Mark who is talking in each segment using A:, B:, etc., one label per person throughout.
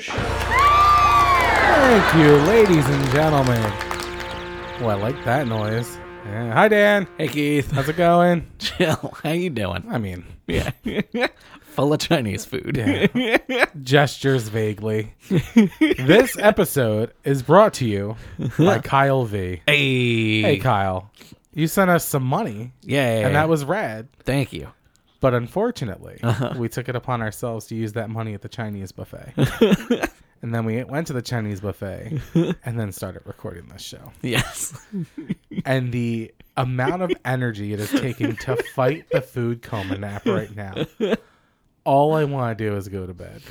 A: show.
B: Thank you, ladies and gentlemen. Oh, I like that noise. Yeah. Hi, Dan.
C: Hey Keith,
B: How's it going?
C: chill. How you doing?
B: I mean,
C: Yeah, full of Chinese food.
B: gestures vaguely. this episode is brought to you by Kyle V.
C: Hey,
B: Hey, Kyle. You sent us some money,
C: yay!
B: and that was rad.
C: thank you.
B: But unfortunately, we took it upon ourselves to use that money at the Chinese buffet. and then we went to the Chinese buffet and then started recording this show.
C: Yes,
B: and the amount of energy it is taking to fight the food coma nap right now. All I want to do is go to bed.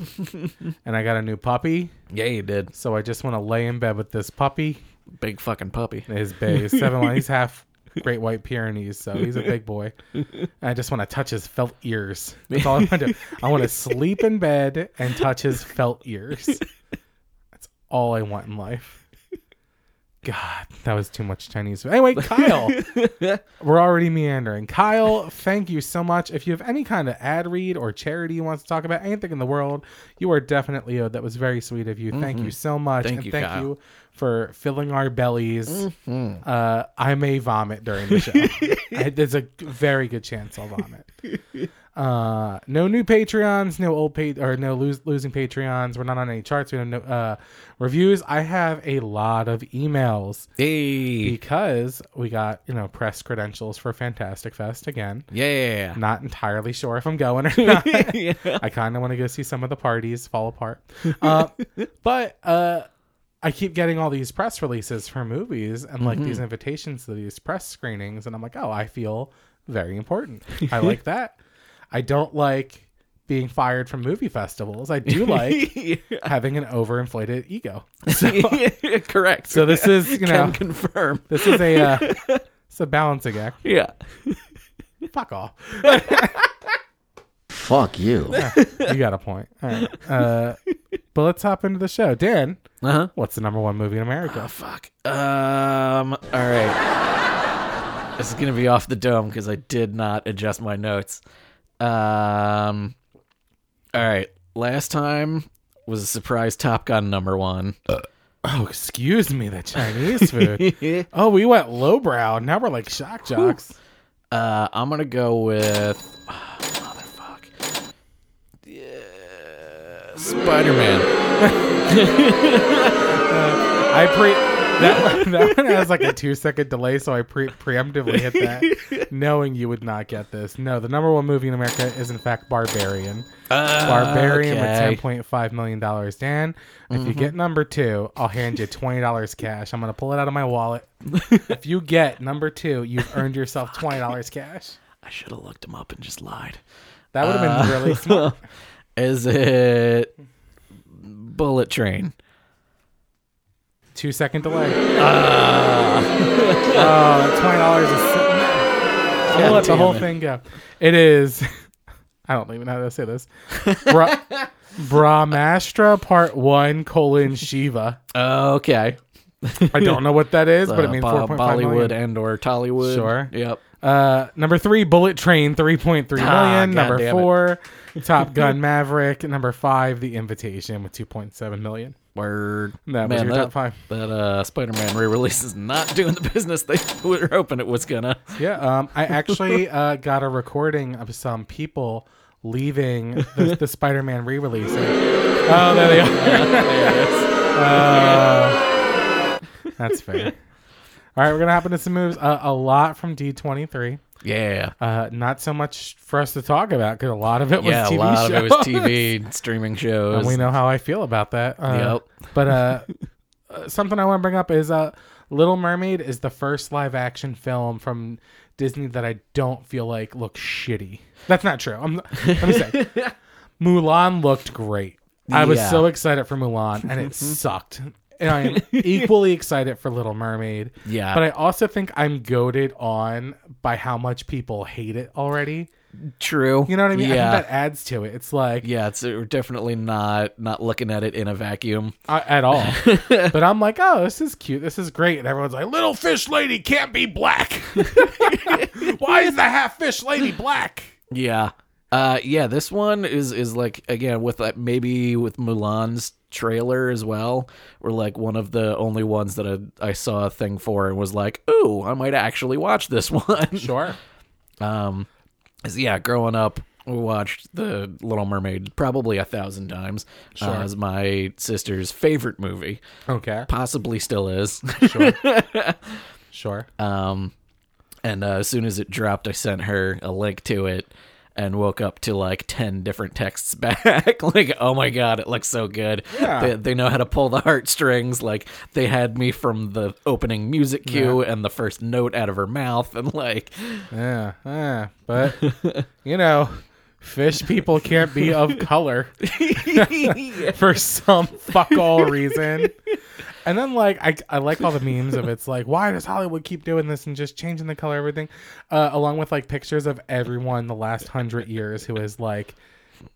B: And I got a new puppy,
C: yeah, you did.
B: so I just want to lay in bed with this puppy.
C: Big fucking puppy.
B: His bay is seven. months. He's half Great White Pyrenees, so he's a big boy. And I just want to touch his felt ears. That's all I want to do. I want to sleep in bed and touch his felt ears. That's all I want in life. God, that was too much Chinese. food. Anyway, Kyle, we're already meandering. Kyle, thank you so much. If you have any kind of ad read or charity you want to talk about, anything in the world, you are definitely owed. That was very sweet of you. Thank you so much.
C: Mm-hmm. Thank
B: and
C: you,
B: thank
C: Kyle. Mm-hmm.
B: you for filling our bellies. Uh, I may vomit during the show. I- There's a g- very good chance I'll vomit. Uh, no new Patreons, no old pa- or no lose- losing Patreons. We're not on any charts. We don't know uh, reviews. I have a lot of emails
C: Hey,
B: because we got you know press credentials for Fantastic Fest again.
C: yeah.
B: Not entirely sure if I'm going or not.
C: yeah.
B: I kind of want to go see some of the parties fall apart. Uh, but uh, I keep getting all these press releases for movies and like these invitations to these press screenings. And I'm like, oh, I feel very important. I like that. I don't like being fired from movie festivals. I do like having an overinflated ego.
C: Correct.
B: So this is, you know,
C: can confirm.
B: this is a. Uh, it's a balancing act.
C: Yeah.
B: Fuck off.
A: Fuck you.
B: You got a point. All right. Uh, but let's hop into the show. Dan,
C: Uh huh.
B: what's the number one movie in America?
C: Oh fuck. Um. All right. this is gonna be off the dome because I did not adjust my notes. Um. All right. Last time was a surprise Top Gun number one.
B: Oh, excuse me, the Chinese food. oh, we went lowbrow. Now we're like shock jocks.
C: Uh, I'm gonna go with ah, motherfuck. Yeah, Spider-Man.
B: I pre that one, that one has like a two second delay, so I pre preemptively hit that, knowing you would not get this. No, the number one movie in America is in fact Barbarian.
C: Uh,
B: Barbarian with
C: okay. Mm-hmm.
B: ten point five million dollars. Dan, if you get number two, I'll hand you twenty dollars cash. I'm gonna pull it out of my wallet. if you get number two, you've earned yourself twenty dollars cash.
C: I should have looked him up and just lied.
B: That would have
C: Uh.
B: been really smart.
C: Is it Bullet Train?
B: Two second delay.
C: Uh.
B: oh, that twenty dollars is. So- I'm gonna let the
C: damn
B: whole
C: it.
B: thing go. It is. I don't even know how to say this. Bra- Brahmastra Part One colon Shiva.
C: Okay.
B: I don't know what that is, but it means
C: uh, Bo-
B: four point five
C: Bollywood
B: million.
C: and or Tollywood.
B: Sure.
C: Yep.
B: Uh, number three, Bullet Train, three point three
C: Ah,
B: million.
C: God
B: number
C: damn it.
B: four, Top Gun Maverick. Number five, The Invitation with two point seven million.
C: Word.
B: That was your top five.
C: That uh, Spider-Man re-release is not doing the business they were hoping it was gonna.
B: Yeah, um, I actually uh, got a recording of some people leaving the, the Spider-Man re-release. Oh, there they are. Uh, That's fair. All right, we're gonna hop into some moves. Uh, a lot from D23.
C: yeah.
B: Uh, not so much for us to talk about because a lot of it was
C: Yeah.
B: TV
C: a lot
B: shows.
C: of it was TV and streaming shows.
B: And we know how I feel about that. Uh, But uh, uh, something I want to bring up is uh, Little Mermaid is the first live action film from Disney that I don't feel like looks shitty. That's not true. I'm, let me say, Mulan looked great. I was
C: Yeah.
B: so excited for Mulan, and it sucked. And I am equally excited for Little Mermaid.
C: Yeah.
B: But I also think I'm goaded on by how much people hate it already.
C: True.
B: You know what I mean?
C: Yeah.
B: I think that adds to it. It's like,
C: yeah, it's uh, definitely not not looking at it in a vacuum.
B: I, at all. but I'm like, oh, this is cute. This is great. And everyone's like, little fish lady can't be black. Why is the half fish lady black?
C: Yeah. Uh, yeah, this one is is like again with like maybe with Mulan's trailer as well. We're like one of the only ones that I, I saw a thing for and was like, "Ooh, I might actually watch this one."
B: Sure.
C: Um, 'cause, yeah, growing up, we watched The Little Mermaid probably a thousand times. Sure, uh, it was my sister's favorite movie,
B: Okay.
C: possibly still is.
B: Sure. sure.
C: Um, and uh, as soon as it dropped, I sent her a link to it and woke up to like 10 different texts back. like, oh my God, it looks so good.
B: Yeah.
C: They, they know how to pull the heartstrings. Like, they had me from the opening music cue and the first note out of her mouth. And like,
B: yeah. Yeah. But you know, fish people can't be of color for some fuck all reason. And then like I, I like all the memes of it's like why does Hollywood keep doing this and just changing the color of everything, uh, along with like pictures of everyone the last hundred years who has like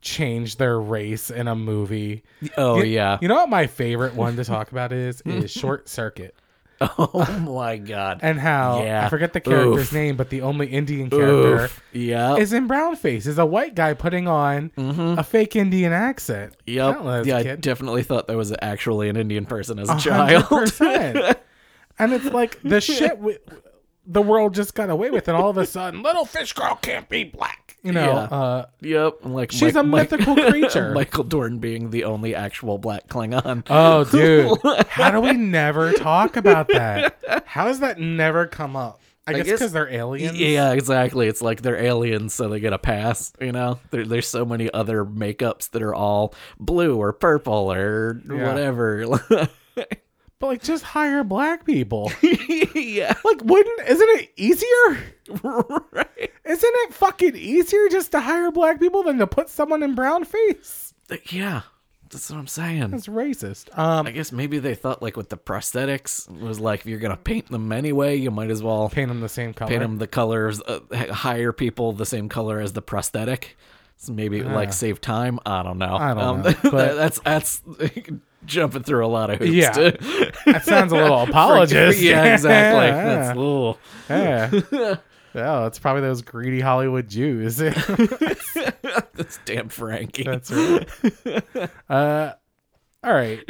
B: changed their race in a movie.
C: oh yeah.
B: You know what my favorite one to talk about is is Short Circuit.
C: Oh my God.
B: and how
C: Yeah.
B: I forget the character's
C: Oof.
B: name, but the only Indian character
C: Oof. Yep.
B: is in brown face. Is a white guy putting on a fake Indian accent. I
C: Yep.
B: don't know this
C: Mm-hmm. Yeah, I
B: kid.
C: definitely thought that was actually an Indian person as a child.
B: 100%. and it's like the shit we, the world just got away with, and all of a sudden, little fish girl can't be black. You know,
C: Yeah.
B: uh,
C: Yep. I'm Like
B: She's a mythical creature.
C: Michael Dorn being the only actual black Klingon.
B: oh, dude, how do we never talk about that? How does that never come up? I, guess
C: guess-
B: because they're aliens.
C: yeah, exactly. It's like they're aliens, so they get a pass. You know, there, there's so many other makeups that are all blue or purple or
B: Yeah.
C: whatever.
B: But like, just hire black people.
C: yeah,
B: Like, wouldn't isn't it easier?
C: right.
B: Isn't it fucking easier just to hire black people than to put someone in brown face?
C: Yeah, that's what I'm saying.
B: That's racist. Um,
C: I guess maybe they thought like with the prosthetics it was like if you're gonna paint them anyway, you might as well
B: paint them the same color.
C: paint them the colors, uh, h- hire people the same color as the prosthetic. So maybe it would, like save time. I don't know.
B: Ah.
C: Um,
B: I don't know, but-
C: that- that's that's jumping through a lot of hoops.
B: Yeah.
C: to-
B: That sounds a little apologist.
C: yeah, exactly.
B: Yeah.
C: That's little.
B: Yeah. Oh, it's probably those greedy Hollywood Jews.
C: That's damn Frankie.
B: That's right. Uh, all right.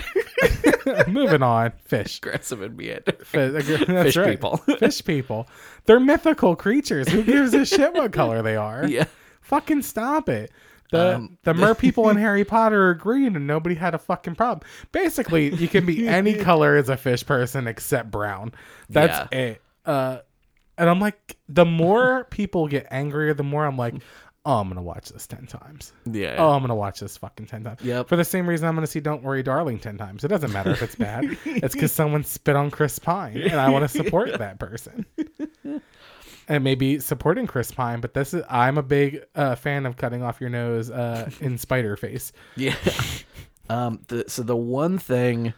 B: Moving on. Fish. uh,
C: aggressive and mean.
B: Fish,
C: Fish
B: Fish
C: people.
B: Fish people. They're mythical creatures. Who gives a shit what color they are?
C: Yeah.
B: Fucking stop it. The
C: Um,
B: the mer people in Harry Potter are green and nobody had a fucking problem. Basically, you can be any color as a fish person except brown. That's it. Uh and I'm like the more people get angrier, the more I'm like, oh, I'm gonna watch this ten times.
C: Yeah.
B: Oh, I'm gonna watch this fucking ten times.
C: Yep.
B: For the same reason I'm gonna see Don't Worry Darling ten times. It doesn't matter if it's bad. it's because someone spit on Chris Pine and I wanna support that person. And maybe supporting Chris Pine, but this is I'm a big uh, fan of cutting off your nose uh, in Spider Face.
C: Yeah. Um. The, so the one thing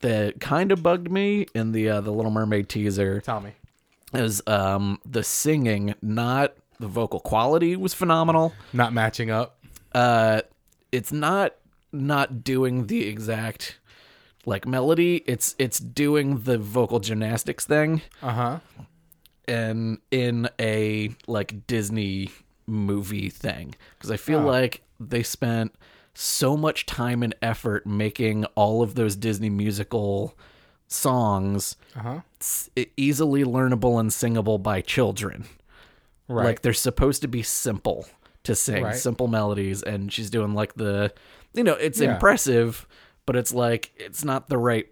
C: that kind of bugged me in the uh, the Little Mermaid teaser
B: Tell me.
C: is um the singing, not the vocal quality was phenomenal.
B: Not matching up.
C: uh it's not not doing the exact like melody it's it's doing the vocal gymnastics thing
B: Uh
C: Uh-huh.
B: huh.
C: and um, in a like disney movie thing because i
B: Ah.
C: feel like they spent so much time and effort making all of those disney musical songs
B: Uh huh.
C: s- e, easily learnable and singable by children
B: Right.
C: like they're supposed to be simple to sing,
B: Right.
C: simple melodies, and she's doing like the, you know, it's
B: Yeah.
C: impressive, but it's like it's not the right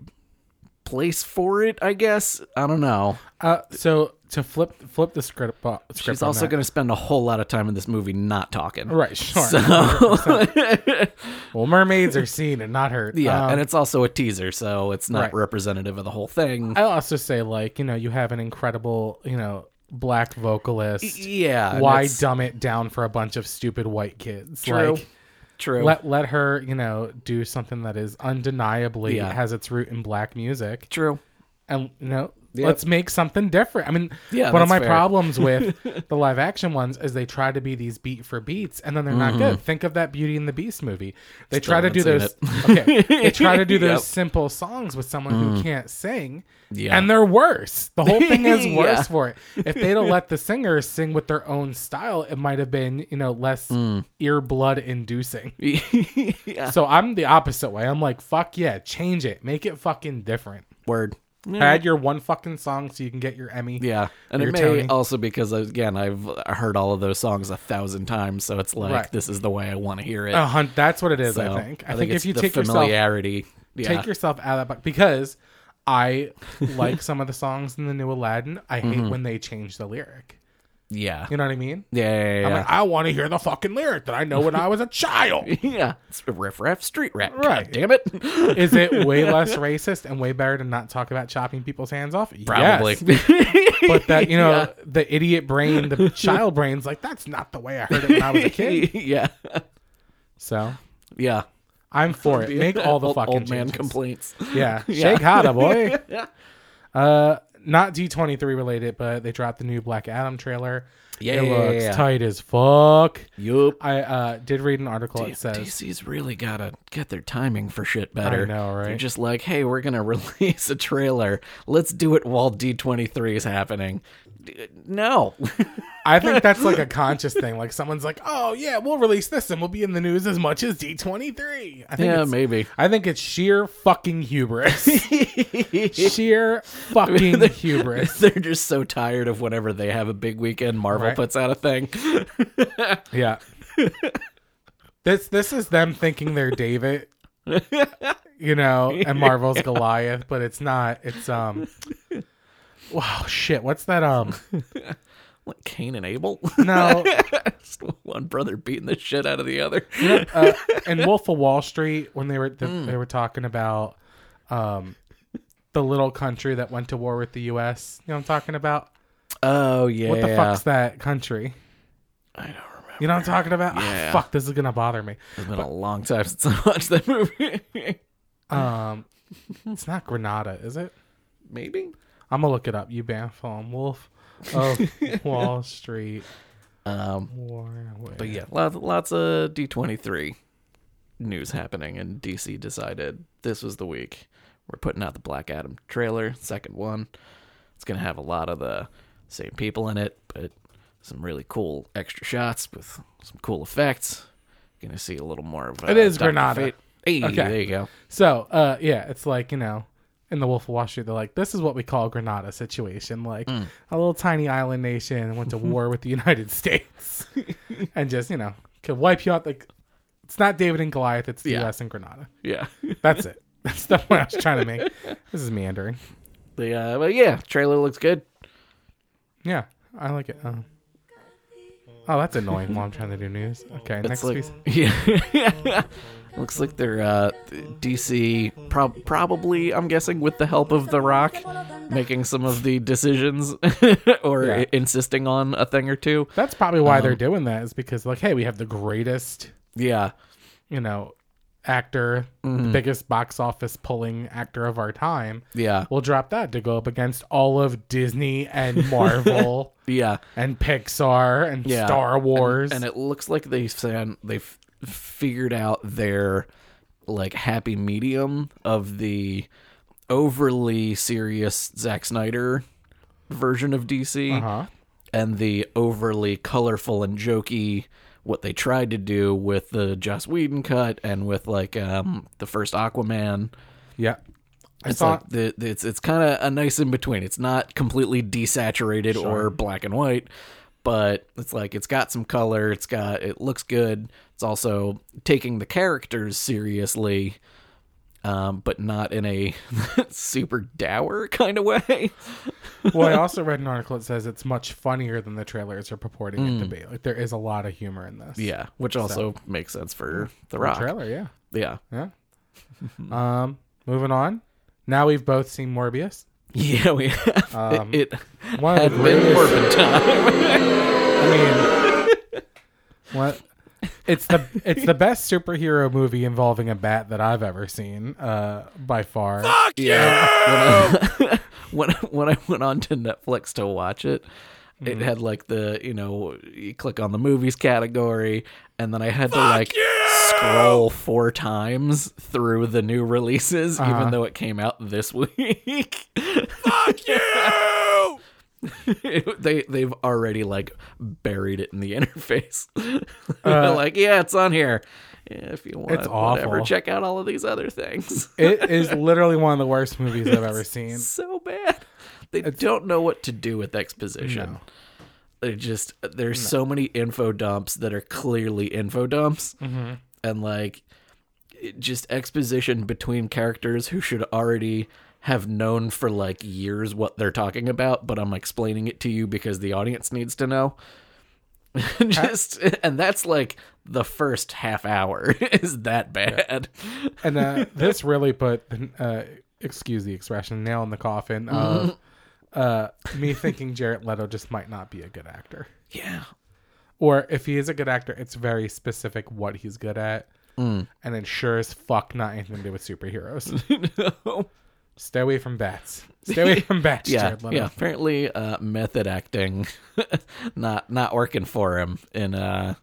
C: place for it. I guess I don't know.
B: uh, so to flip flip the script. Uh, script
C: She's also going to spend a whole lot of time in this movie not talking.
B: Right. Sure.
C: So
B: Well, mermaids are seen and not heard.
C: yeah,
B: Um,
C: and it's also a teaser, so it's not
B: Right.
C: representative of the whole thing.
B: I'll also say, like, you know, you have an incredible, you know, black vocalist.
C: yeah, and
B: Why
C: it's
B: dumb it down for a bunch of stupid white kids?
C: true?
B: Like,
C: true.
B: let let her, you know, do something that is undeniably
C: Yeah.
B: has its root in black music,
C: true.
B: and you know,
C: Yep.
B: Let's make something different. I mean,
C: Yeah,
B: one of my
C: that's fair.
B: problems with the live action ones is they try to be these beat for beats, and then they're not good. Think of that Beauty and the Beast movie. They try to
C: Mm-hmm. haven't
B: do
C: seen
B: those.
C: it.
B: okay, they try to do those
C: Yep. Mm.
B: simple songs with someone who can't sing.
C: Yeah.
B: and they're worse. The whole thing is
C: Yeah.
B: worse for it. If they'd have let the singers sing with their own style, it might have been you know less
C: Mm.
B: ear blood inducing.
C: yeah.
B: So I'm the opposite way. I'm like, fuck yeah, change it, make it fucking different.
C: Word.
B: Add your one fucking song so you can get your Emmy.
C: Yeah, and
B: Your
C: it may
B: Tony.
C: also because again I've heard all of those songs a thousand times, so it's like
B: Right.
C: this is the way I want to hear it.
B: A hun- that's what it is.
C: So,
B: I think. I, think,
C: it's
B: if you
C: the
B: take yourself
C: familiarity, yeah.
B: take yourself out of that box because I like some of the songs in the new Aladdin. I hate
C: Mm-hmm.
B: when they change the lyric.
C: yeah,
B: You know what I mean?
C: yeah, yeah,
B: I'm
C: yeah.
B: like, I want to hear the fucking lyric that I know when I was a child.
C: yeah. It's a riff raff street rat.
B: Right.
C: God damn it.
B: Is it way less racist and way better to not talk about chopping people's hands off? Yes.
C: Probably.
B: But that, you know, the idiot brain, the child brain's like, that's not the way I heard it when I was a kid.
C: yeah,
B: So
C: yeah.
B: I'm for it. Make all the
C: old,
B: fucking
C: old man
B: changes.
C: complaints.
B: Yeah.
C: Yeah.
B: Shake Hada, boy.
C: Yeah.
B: Uh, not D23 related, but they dropped the new Black Adam trailer.
C: Yeah,
B: It
C: yeah,
B: looks
C: yeah.
B: tight as fuck.
C: Yup.
B: I uh, did read an article that says
C: DC's really gotta get their timing for shit better.
B: I know, right?
C: They're just like, hey, we're gonna release a trailer. Let's do it while D twenty three is happening. D- No,
B: I think that's like a conscious thing. Like someone's like, "Oh yeah, we'll release this and we'll be in the news as much as D23." I think
C: yeah,
B: it's,
C: maybe.
B: I think it's sheer fucking hubris. sheer fucking hubris.
C: They're just so tired of whenever they have a big weekend, Marvel
B: Right.
C: puts out a thing.
B: Yeah. This this is them thinking they're David, you know, and Marvel's Goliath, but it's not. It's um Wow, shit. What's that um
C: Like Cain and Abel,
B: No,
C: Just one brother beating the shit out of the other.
B: uh, in Wolf of Wall Street when they were the,
C: Hmm.
B: they were talking about um the little country that went to war with the US. You know what I'm talking about?
C: Oh yeah,
B: What the fuck's that country?
C: I don't remember.
B: You know what I'm talking about? Ah,
C: Yeah.
B: fuck, this is gonna bother me.
C: It's been a long time since I watched that movie.
B: Um, it's not Granada, is it?
C: maybe.
B: I'm gonna look it up. You Banfam Wolf of Wall Street
C: Um,
B: War. with-
C: But yeah, lots, lots of D23 news happening, and DC decided this was the week. We're putting out the Black Adam trailer, second one. It's going to have a lot of the same people in it, but some really cool extra shots with some cool effects. Going to see a little more of uh,
B: It is
C: Dr.
B: Granada.
C: Fate. Hey,
B: Okay.
C: there you go.
B: So, uh, yeah, it's like you know, in the Wolf of Wall Street, they're like, this is what we call a Granada situation, like
C: Mm.
B: a little tiny island nation went to war with the United States, and just you know, could wipe you out. Like, it's not David and Goliath; it's the
C: Yeah.
B: U.S. and Granada.
C: Yeah.
B: That's it. That's the point I was trying to make. This is meandering.
C: the, uh, but yeah, trailer looks good.
B: Yeah, I like it. Um, oh, that's annoying while I'm trying to do news. Okay, next
C: It's like,
B: piece.
C: yeah, looks like they're uh, DC prob- probably. I'm guessing with the help of The Rock, making some of the decisions or
B: Yeah.
C: i- insisting on a thing or two.
B: That's probably why
C: Um,
B: they're doing that is because like, hey, we have the greatest,
C: Yeah,
B: you know, actor, the biggest box office pulling actor of our time.
C: Mm-hmm. yeah,
B: We'll drop that to go up against all of Disney and Marvel
C: yeah.
B: and Pixar and
C: Yeah.
B: Star Wars.
C: And it looks like they found they've figured out their like happy medium of the overly serious Zack Snyder version of DC.
B: uh-huh.
C: and the overly colorful and jokey what they tried to do with the Joss Whedon cut and with like um, the first Aquaman.
B: Yeah. I
C: It's
B: saw
C: like the, the- it's it's kind of a nice in between. It's not completely desaturated or black and white, but it's like it's got some color. It's got it looks good. It's also taking the characters seriously. Um, but not in a super dour kind of way.
B: well, I also read an article that says it's much funnier than the trailers are purporting it to be. Like there is a lot of humor in this.
C: Mm. Yeah, which also makes sense for The Rock.
B: Trailer, yeah.
C: Yeah.
B: Yeah. um, moving on. Now we've both seen Morbius.
C: Yeah, we have.
B: Um,
C: it
B: One
C: had
B: of the
C: been
B: greatest.
C: Morbid time.
B: I mean, what? It's the it's the best superhero movie involving a bat that I've ever seen, uh, by far.
C: Yeah. When I, when when I went on to Netflix to watch it, it had like the you know you click on the movies category, and then I had to like scroll four times through the new releases, even though it came out this week. Uh-huh. Fuck you! they they've already like buried it in the interface. They're like, yeah, it's on here. Yeah, if you want,
B: It's
C: whatever,
B: awful.
C: check out all of these other things.
B: It is literally one of the worst movies I've ever seen.
C: so bad. They don't know what to do with exposition.
B: No.
C: They just there's so many info dumps that are clearly info dumps, and like it- just exposition between characters who should already have known for like years what they're talking about, but I'm explaining it to you because the audience needs to know. just and that's like the first half hour is that bad.
B: And uh, this really put, uh, excuse the expression, nail in the coffin of uh, me thinking Jared Leto just might not be a good actor.
C: yeah.
B: Or if he is a good actor, it's very specific what he's good at. And it sure as fuck not anything to do with superheroes.
C: no.
B: Stay away from bats. Stay away from bats,
C: yeah,
B: Jared Leto.
C: yeah. Apparently, uh, method acting not not working for him in uh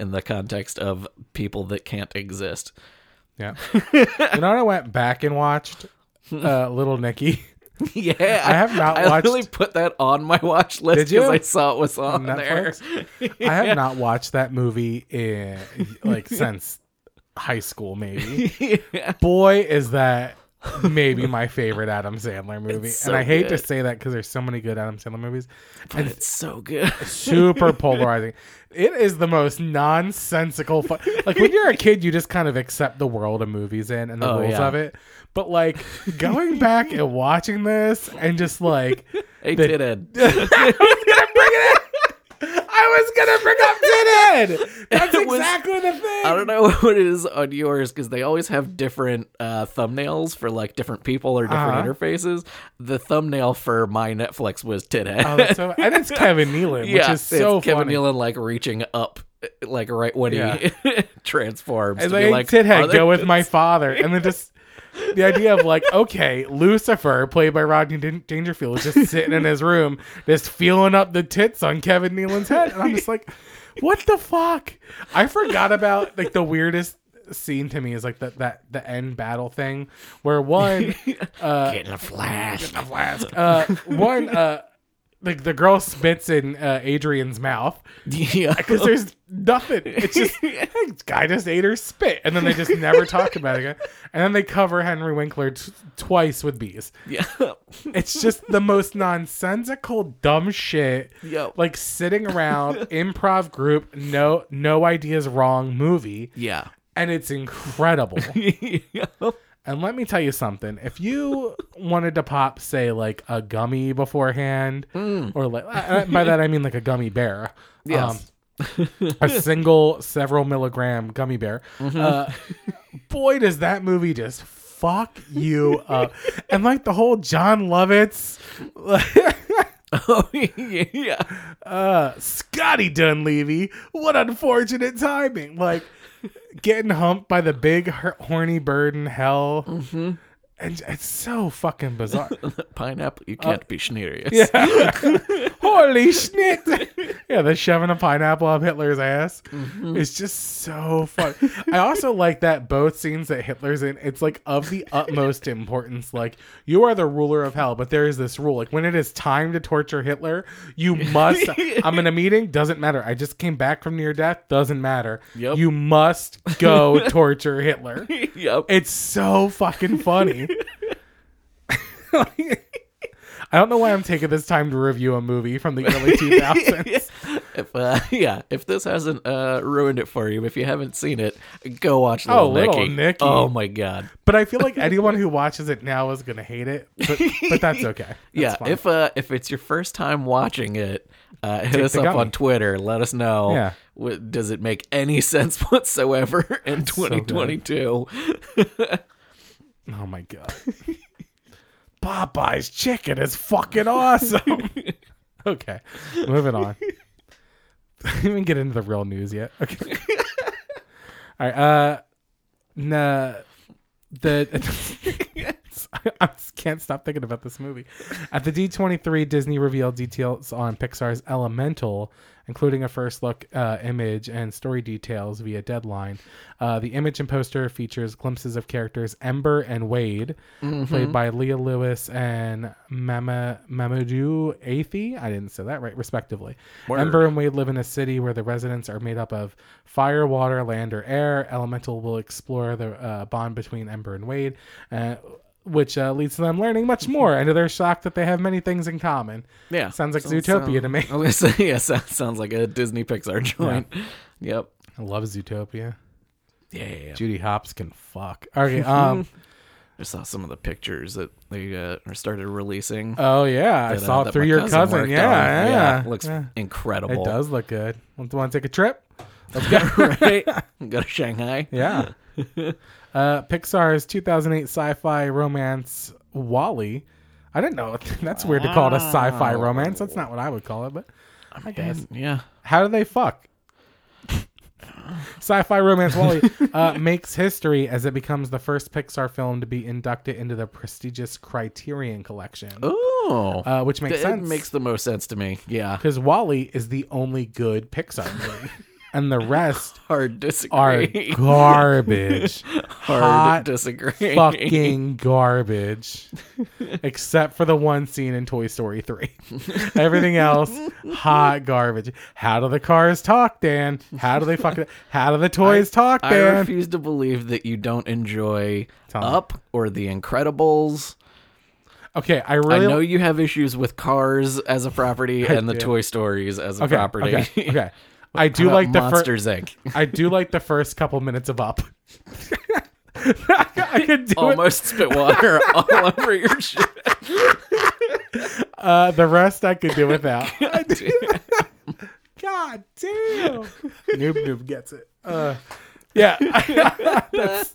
C: in the context of people that can't exist.
B: Yeah. you know what I went back and watched? Uh, Little Nicky.
C: yeah,
B: I have not
C: I
B: watched-
C: literally put that on my watch list
B: Did you?
C: because I saw it was on there.
B: Netflix? I have not watched that movie in like since high school, maybe.
C: yeah.
B: Boy, is that maybe my favorite Adam Sandler movie.
C: It's so
B: and I hate
C: good.
B: to say that because there's so many good Adam Sandler movies.
C: But it's so good.
B: Super polarizing. It is the most nonsensical. Fu- like when you're a kid, you just kind of accept the world of movies in and the
C: Oh,
B: rules
C: yeah.
B: of it. But like going back and watching this and just like.
C: They
B: The-
C: did it.
B: I was gonna bring up Deadhead. That's
C: It was-
B: exactly the thing.
C: I don't know what it is on yours because they always have different uh, thumbnails for like different people or different
B: Uh-huh.
C: interfaces. The thumbnail for my Netflix was Tithead.
B: Oh, that's so, and it's Kevin Nealon, which is so
C: it's Kevin
B: funny.
C: Nealon like reaching up, like right when he transforms.
B: And
C: to be
B: like,
C: like, "Are
B: Tithead,
C: there
B: go with my father, and then just the idea of like, okay, Lucifer, played by Rodney Dan- Dangerfield, is just sitting in his room, just feeling up the tits on Kevin Nealon's head, and I'm just like, what the fuck? I forgot about like the weirdest scene to me is like that that the end battle thing where one
C: getting a flash.
B: a flask. Uh, one, uh, like the girl spits in uh, Adrian's mouth
C: yeah.
B: because there's nothing. It's just guy just ate her spit, and then they just never talk about it again. And then they cover Henry Winkler t- twice with bees.
C: yeah.
B: It's just the most nonsensical, dumb shit.
C: Yo.
B: Like sitting around improv group, no no ideas wrong movie,
C: Yeah.
B: and it's incredible.
C: yeah.
B: And let me tell you something. If you wanted to pop, say, like a gummy beforehand, or like uh, by that I mean like a gummy bear,
C: Yes.
B: um, a single several milligram gummy bear. Uh, boy, does that movie just fuck you up! And like the whole John Lovitz,
C: Oh, yeah.
B: uh, Scotty Dunleavy. What unfortunate timing! Like getting humped by the big hor- horny bird in hell. And it's so fucking bizarre.
C: Pineapple, you
B: Uh,
C: can't be schnerius.
B: Holy shit! yeah, they're shoving a pineapple up Hitler's ass. It's just so fun. I also like that both scenes that Hitler's in, it's like of the utmost importance. Like, you are the ruler of hell, but there is this rule. Like, when it is time to torture Hitler, you must. I'm in a meeting, doesn't matter. I just came back from near death, doesn't matter.
C: Yep.
B: You must go torture Hitler.
C: yep.
B: It's so fucking funny. I don't know why I'm taking this time to review a movie from the early 2000s.
C: If, uh, yeah. If this hasn't uh, ruined it for you, if you haven't seen it, go watch Little,
B: Oh, Little Nicky.
C: Oh my God.
B: But I feel like anyone who watches it now is going to hate it. But, but that's okay. That's
C: yeah,
B: fine.
C: if uh, if it's your first time watching it, uh, hit us
B: the
C: up
B: gummy.
C: on Twitter. Let us know.
B: Yeah.
C: wh- does it make any sense whatsoever in
B: so good.
C: 2022?
B: Oh my God. Popeye's chicken is fucking awesome. okay, moving on. I didn't even get into the real news yet. Okay. All right. Uh, nah, the. I'm, can't stop thinking about this movie. At the D23, Disney revealed details on Pixar's Elemental, including a first look uh, image and story details via Deadline. Uh, the image and poster features glimpses of characters Ember and Wade, played by Leah Lewis and Mama, Mamadou Athey. I didn't say that right, respectively.
C: Word.
B: Ember and Wade live in a city where the residents are made up of fire, water, land, or air. Elemental will explore the uh, bond between Ember and Wade. Uh, which uh, leads to them learning much more, and they're shocked that they have many things in common.
C: Yeah.
B: Sounds like Zootopia to me.
C: I was gonna say, yeah, sounds, sounds like a Disney Pixar joint. Yep.
B: I love Zootopia.
C: Yeah, yeah, yeah.
B: Judy Hopps can fuck. Okay. Um.
C: I saw some of the pictures that they uh, started releasing.
B: oh yeah, I
C: that, uh,
B: saw it
C: that my
B: through your cousin.
C: worked
B: Yeah,
C: on.
B: yeah,
C: It looks
B: yeah. It
C: incredible.
B: does look good. Want to take a trip?
C: right? Go to Shanghai.
B: Yeah. uh, Pixar's 2008 sci-fi romance Wally. I didn't know. That's weird to call it a sci-fi
C: Wow.
B: romance. That's not what I would call it. But I guess.
C: Yeah.
B: How do they fuck? Sci-fi romance Wally uh, makes history as it becomes the first Pixar film to be inducted into the prestigious Criterion Collection,
C: Oh.
B: uh, which
C: Th-
B: makes
C: it
B: sense
C: makes the most sense to me. Yeah.
B: because Wally is the only good Pixar movie, and the rest
C: Hard
B: are
C: disagree.
B: garbage,
C: Hard
B: hot
C: disagree.
B: fucking garbage, except for the one scene in Toy Story three. Everything else, hot garbage. How do the cars talk, Dan? How do they fucking? How do the toys talk,
C: I
B: Dan?
C: refuse to believe that you don't enjoy
B: Tell me.
C: Up or The Incredibles.
B: okay, I really
C: I know you have issues with Cars as a property and the
B: do.
C: Toy Stories as a
B: okay,
C: property.
B: Okay, okay. I
C: How
B: do
C: about
B: like the first.
C: Monsters Inc.
B: I do like the first couple minutes of Up. I could do it.
C: Almost spit water all over your shit.
B: Uh, the rest I could do without. God damn. Noob Noob gets it. Uh, yeah. That's,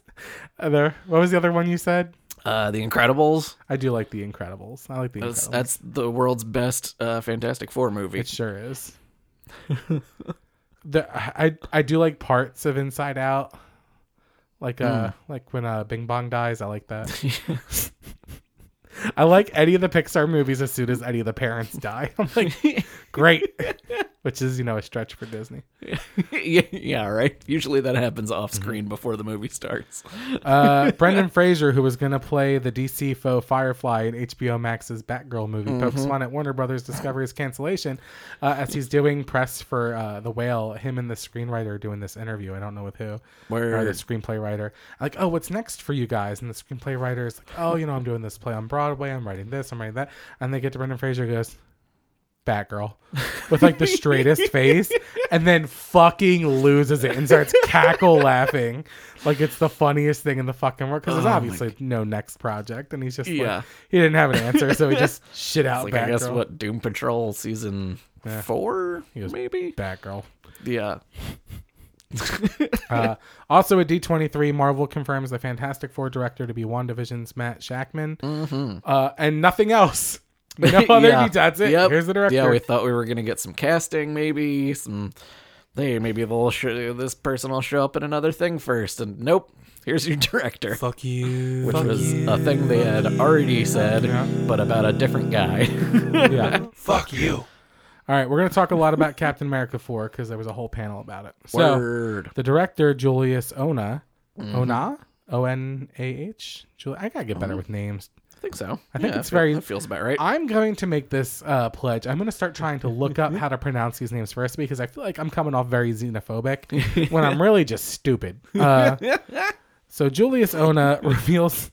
B: other, what was the other one you said?
C: Uh, the Incredibles.
B: I do like The Incredibles. I like The
C: That's,
B: Incredibles.
C: that's the world's best uh, Fantastic Four movie.
B: It sure is. the, I I do like parts of Inside Out, like uh
C: Hmm.
B: like when uh Bing Bong dies. I like that. I like any of the Pixar movies as soon as any of the parents die. I'm like, great, which is you know a stretch for Disney.
C: yeah, yeah, right. Usually that happens off screen
B: Mm-hmm.
C: before the movie starts.
B: Uh, Brendan Fraser, who was going to play the DC foe Firefly in HBO Max's Batgirl movie, pokes fun at Warner Brothers Discovery's cancellation uh, as he's doing press for uh, The Whale. Him and the screenwriter are doing this interview. I don't know with who. Or the
C: Word.
B: screenplay writer. Like, oh, what's next for you guys? And the screenplay writer is like, oh, you know, I'm doing this play on Broadway. I'm writing this. I'm writing that. And they get to Brendan Fraser, who goes, Batgirl with like the straightest face and then fucking loses it and starts cackle laughing like it's the funniest thing in the fucking world because there's
C: Oh my
B: obviously no next project and he's just
C: Yeah.
B: like he didn't have an answer so he just shit out
C: Like I guess
B: Batgirl.
C: what Doom Patrol season four
B: was-
C: maybe.
B: Batgirl.
C: Yeah.
B: Uh, also at D23, Marvel confirms the Fantastic Four director to be WandaVision's Matt Shackman uh, and nothing else. No other
C: Mm-hmm. Yeah.
B: details. That's it.
C: Yep.
B: Here's the director.
C: Yeah, we thought we were gonna get some casting, maybe some. Hey, maybe they'll show, this person will show up in another thing first, and nope. Here's your director,
B: Fuck you.
C: which was a thing they had already said,
B: Yeah.
C: but about a different guy.
B: yeah.
C: Fuck you.
B: All right, we're going to talk a lot about Captain America 4 because there was a whole panel about it. So,
C: Word. Mm-hmm.
B: the director, Julius Ona. Ona? O N A H? Jul- I got to get better with names.
C: I think so. I
B: think it's
C: feel,
B: very-
C: That feels about right.
B: I'm going to make this uh, pledge. I'm going to start trying to look up how to pronounce these names first because I feel like I'm coming off very xenophobic when I'm really just stupid. Uh, so Julius Ona reveals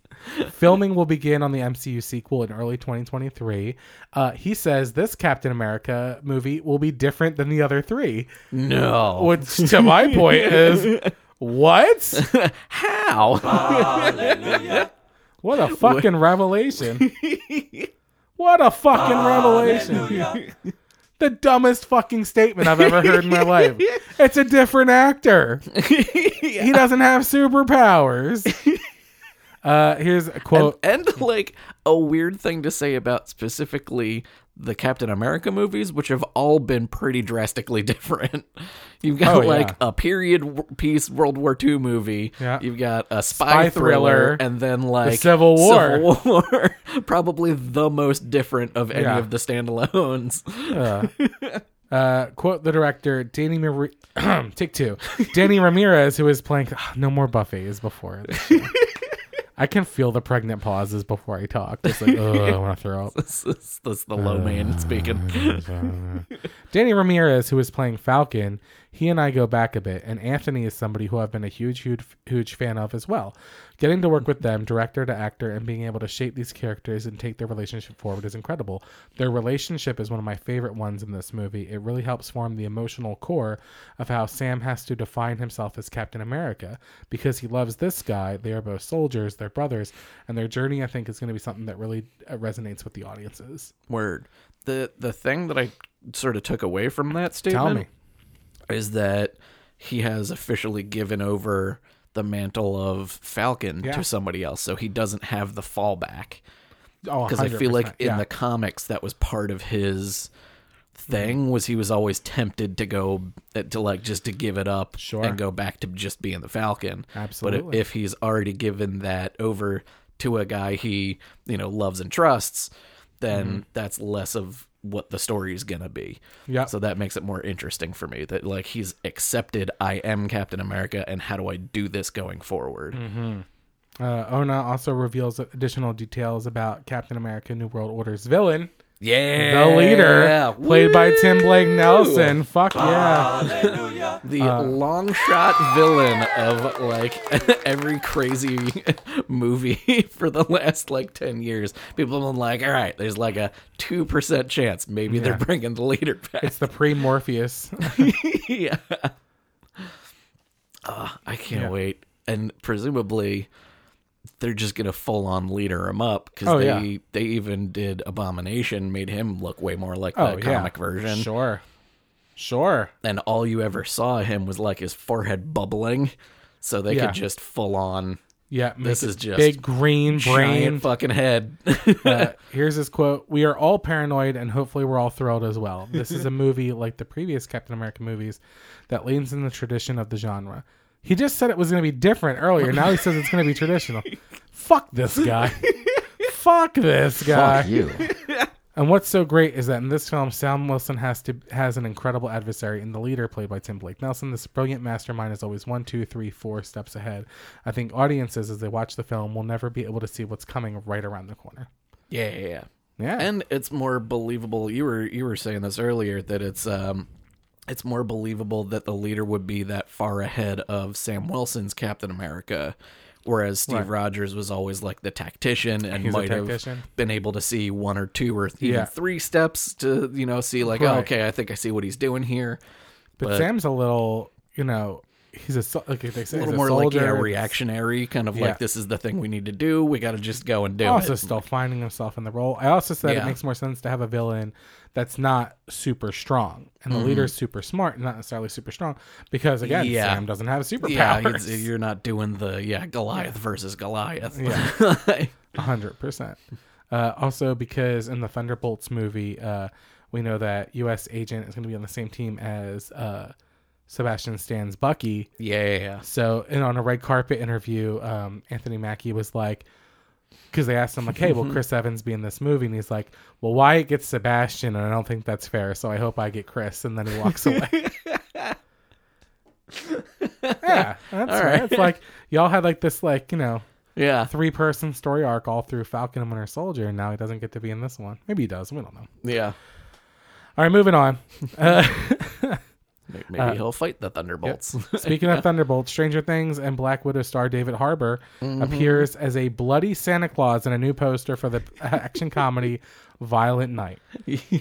B: filming will begin on the MCU sequel in early 2023. Uh, he says this Captain America movie will be different than the other three,
C: no.
B: which to my point is what?
C: How?
B: What a fucking revelation. What a fucking revelation. The dumbest fucking statement I've ever heard in my life. It's a different actor. He doesn't have superpowers. Uh, here's a
C: and,
B: quote.
C: and like a weird thing to say about specifically the Captain America movies, which have all been pretty drastically different. You've got
B: Oh,
C: like
B: yeah.
C: a period w- piece World War II movie.
B: Yeah.
C: You've got a spy,
B: Spy
C: thriller,
B: thriller,
C: and then like
B: Civil War.
C: Civil War. Probably the most different of any
B: Yeah.
C: of the standalones.
B: uh, uh, quote the director Danny Mar- Take two. Danny Ramirez, who is playing Ah, no more Buffy, is before. this show. I can feel the pregnant pauses before I talk. It's like, oh, I want to throw up.
C: this, is, this is the low man speaking.
B: Uh. Danny Ramirez, who is playing Falcon, he and I go back a bit, and Anthony is somebody who I've been a huge, huge, huge fan of as well. Getting to work with them, director to actor, and being able to shape these characters and take their relationship forward is incredible. Their relationship is one of my favorite ones in this movie. It really helps form the emotional core of how Sam has to define himself as Captain America because he loves this guy. They are both soldiers, they're brothers, and their journey, I think, is going to be something that really uh, resonates with the audiences.
C: Word. The the thing that I sort of took away from that statement
B: Tell me.
C: is that he has officially given over the mantle of Falcon
B: Yeah.
C: to somebody else, so he doesn't have the fallback.
B: Oh,
C: Because I feel
B: 100%,
C: like in
B: yeah.
C: the comics, that was part of his thing was he was always tempted to go uh, to like just to give it up
B: Sure.
C: and go back to just being the Falcon. But
B: Absolutely.
C: if he's already given that over to a guy he you know loves and trusts, then
B: Mm-hmm.
C: that's less of what the story is gonna be.
B: Yep.
C: So that makes it more interesting for me that like he's accepted I am Captain America and how do I do this going forward?
B: Mm-hmm. Uh, Ona also reveals additional details about Captain America New World Order's villain,
C: Yeah,
B: the leader, played by Tim Blake Nelson. Fuck yeah.
C: the
B: Uh.
C: long shot villain of like every crazy movie for the last like 10 years people have been like all right there's like a 2% chance maybe they're bringing the leader back
B: It's the pre Morpheus.
C: yeah Ah, i can't wait and presumably they're just gonna full on leader him up because
B: Oh,
C: they
B: yeah.
C: they even did abomination made him look way more like the
B: Oh, yeah.
C: comic version
B: Sure. Sure.
C: and all you ever saw him was like his forehead bubbling. So they
B: Yeah.
C: could just full on
B: Yeah. make
C: This
B: it
C: is just
B: big green brain.
C: giant fucking head.
B: Uh, here's his quote We are all paranoid, and hopefully, we're all thrilled as well. This is a movie like the previous Captain America movies that leans in the tradition of the genre. He just said it was going to be different earlier. Now he says it's going to be traditional. Fuck this guy. Fuck this guy.
A: you.
B: And what's so great is that in this film, Sam Wilson has to has an incredible adversary in the leader, played by Tim Blake Nelson. This brilliant mastermind is always one, two, three, four steps ahead. I think audiences, as they watch the film, will never be able to see what's coming right around the corner.
C: yeah, yeah, yeah.
B: Yeah,
C: And it's more believable. You were you were saying this earlier that it's um it's more believable that the leader would be that far ahead of Sam Wilson's Captain America. Whereas Steve
B: Right.
C: Rogers was always like the tactician and
B: He's a
C: might
B: tactician.
C: have been able to see one or two or even
B: Yeah.
C: three steps to, you know, see like, oh,
B: Right.
C: okay, I think I see what he's doing here.
B: but,
C: but-
B: Sam's a little, you know, he's a sol- like they say,
C: a little
B: he's
C: more
B: soldier.
C: like yeah, reactionary, kind of
B: Yeah. Oh,
C: like this is the thing we need to do. We got to just go and do
B: Also,
C: it.
B: still finding himself in the role. I also said
C: Yeah.
B: it makes more sense to have a villain that's not super strong, and the
C: Mm-hmm.
B: leader's super smart, not necessarily super strong, because again,
C: Yeah.
B: Sam doesn't have superpowers.
C: yeah, it's- you're not doing the yeah Goliath versus Goliath.
B: hundred percent. Uh, also, because in the Thunderbolts movie, uh, we know that U.S. agent is going to be on the same team as uh, Sebastian Stan's Bucky.
C: yeah, yeah, yeah.
B: So, and on a red carpet interview, um, Anthony Mackie was like, because they asked him like, "Hey, will Chris Evans be in this movie?" And he's like, "Well, Wyatt gets Sebastian, and I don't think that's fair. So I hope I get Chris." And then he walks away. yeah, that's right. It's like y'all had like this like you know
C: yeah,
B: three person story arc all through Falcon and Winter Soldier, and now he doesn't get to be in this one. Maybe he does. We don't know.
C: yeah.
B: All right, moving on. Uh,
C: May- Maybe he'll fight the Thunderbolts.
B: speaking of Thunderbolts, Stranger Things and Black Widow star David Harbour appears as a bloody Santa Claus in a new poster for the action comedy Violent Night.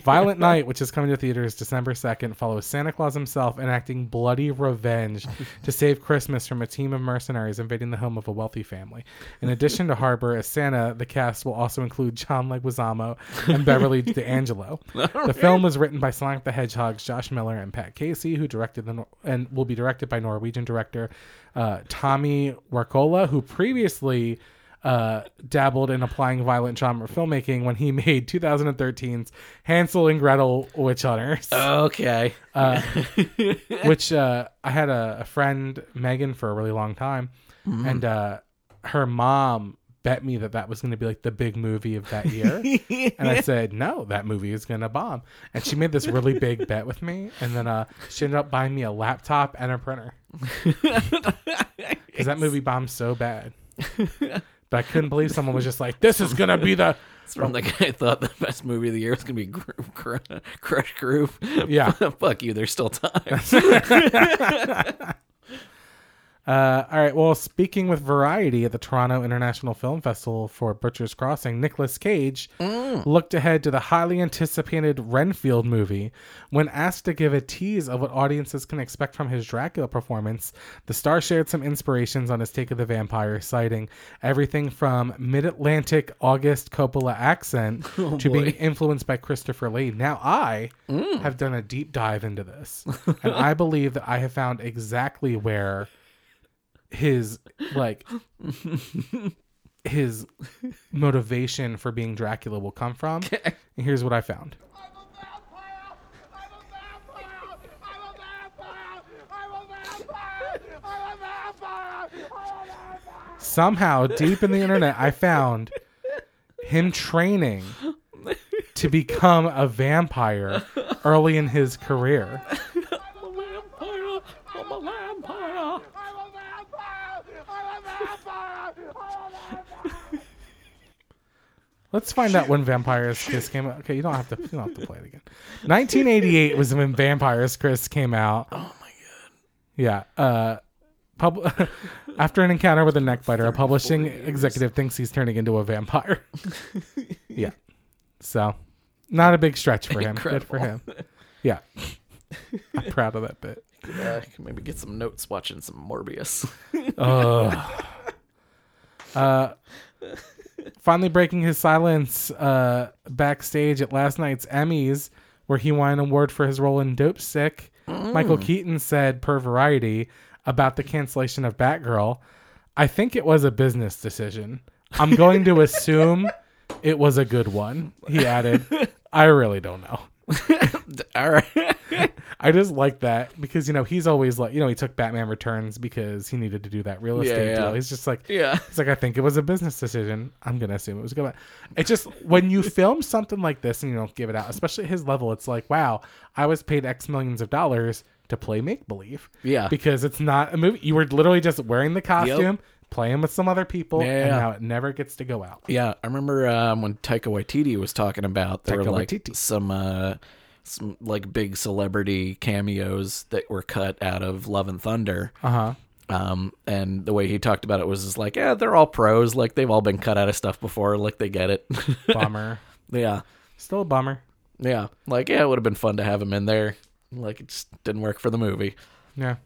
B: Violent Night, which is coming to theaters December 2nd, follows Santa Claus himself enacting bloody revenge to save Christmas from a team of mercenaries invading the home of a wealthy family. In addition to Harbor as Santa, uh, the cast will also include John Leguizamo and Beverly D'Angelo. The film was written by Sonic the Hedgehog's Josh Miller and Pat Casey, who directed the Nor- and will be directed by Norwegian director uh, Tommy Warkola, who previously uh, dabbled in applying violent genre filmmaking when he made 2013's Hansel and Gretel Witch Hunters,
C: Oh, Okay.
B: uh, which uh, I had a, a friend, Megan, for a really long time. And uh, her mom bet me that that was going to be like the big movie of that year. And I said, no, that movie is going to bomb. And she made this really big bet with me. And then uh, she ended up buying me a laptop and a printer because that movie bombed so bad. but I couldn't believe someone was just like, this is going to be the.
C: It's from
B: Oh.
C: the guy who thought the best movie of the year was going to be Groove, Cru- Crush Groove.
B: Yeah.
C: Fuck you, there's still time.
B: Uh, all right. Well, speaking with Variety at the Toronto International Film Festival for Butcher's Crossing, Nicolas Cage looked ahead to the highly anticipated Renfield movie. When asked to give a tease of what audiences can expect from his Dracula performance, the star shared some inspirations on his take of the vampire, citing everything from mid Atlantic August Coppola accent to being influenced by Christopher Lee. Now, I have done a deep dive into this, and I believe that I have found exactly where his like his motivation for being Dracula will come from. And here's what I found.
A: I'm a vampire! I'm a vampire! I'm a vampire! I'm a vampire! I'm a vampire! I'm a vampire!
B: Somehow deep in the internet I found him training to become a vampire early in his career.
A: I'm a vampire! I'm a vampire! I'm a vampire!
B: Let's find out when Vampires Kiss came out. Okay, you don't have to you don't have to play it again. 1988 was when Vampires Kiss came out.
C: oh my
B: Yeah. Uh, pub- after an encounter with a neckbiter, a publishing executive thinks he's turning into a vampire. yeah. So, not a big stretch for him. Good for him.
C: Incredible.
B: Yeah. I'm proud of that bit.
C: god. Uh, I can maybe get some notes watching some Morbius.
B: Ugh. Uh, finally breaking his silence uh, backstage at last night's Emmys, where he won an award for his role in Dope Sick, Michael Keaton said per Variety about the cancellation of Batgirl, I think it was a business decision. I'm going to assume it was a good one, he added. I really don't know.
C: All right.
B: I just like that because you know he's always like you know he took Batman Returns because he needed to do that real estate
C: yeah.
B: deal. He's just like
C: Yeah.
B: It's like I think it was a business decision. I'm gonna assume it was a good. one. It's just when you film something like this and you don't give it out, especially at his level, it's like wow, I was paid X millions of dollars to play make believe.
C: Yeah.
B: because it's not a movie. You were literally just wearing the costume, playing with some other people, and
C: Yeah.
B: now it never gets to go out.
C: Yeah, I remember um, when Taika Waititi was talking about there were
B: Taika
C: like
B: Waititi.
C: some uh, some like big celebrity cameos that were cut out of Love and Thunder.
B: Uh huh.
C: Um, and the way he talked about it was just like, yeah, they're all pros. Like they've all been cut out of stuff before. Like they get it.
B: Bummer.
C: yeah,
B: Still a bummer.
C: yeah. Like yeah, it would have been fun to have him in there. Like it just didn't work for the movie.
B: Yeah.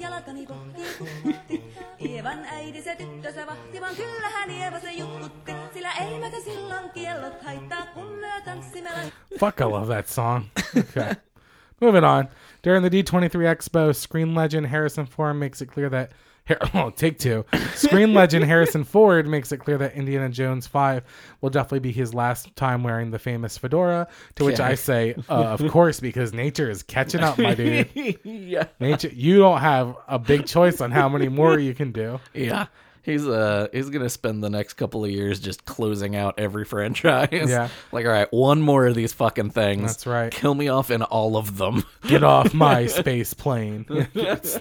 D: Jalkani pohti puhutti. Ievan äiti se tyttönsä vahti, vaan kyllähän Ieva se jututti. Sillä ei mäkä silloin kiellot haittaa, kun me tanssimme laittaa.
B: Fuck, I love that song. Okay. Moving on. During the D23 Expo, screen legend Harrison Ford makes it clear that. Har- Oh, take two. Screen legend Harrison Ford makes it clear that Indiana Jones 5 will definitely be his last time wearing the famous fedora. To which
C: Yeah.
B: I say, uh, of course, because nature is catching up, my dude.
C: yeah,
B: Nature, you don't have a big choice on how many more you can do.
C: yeah. He's uh he's gonna spend the next couple of years just closing out every franchise.
B: Yeah.
C: Like all right, one more of these fucking things.
B: That's right.
C: Kill me off in all of them.
B: get off my space plane. Yes.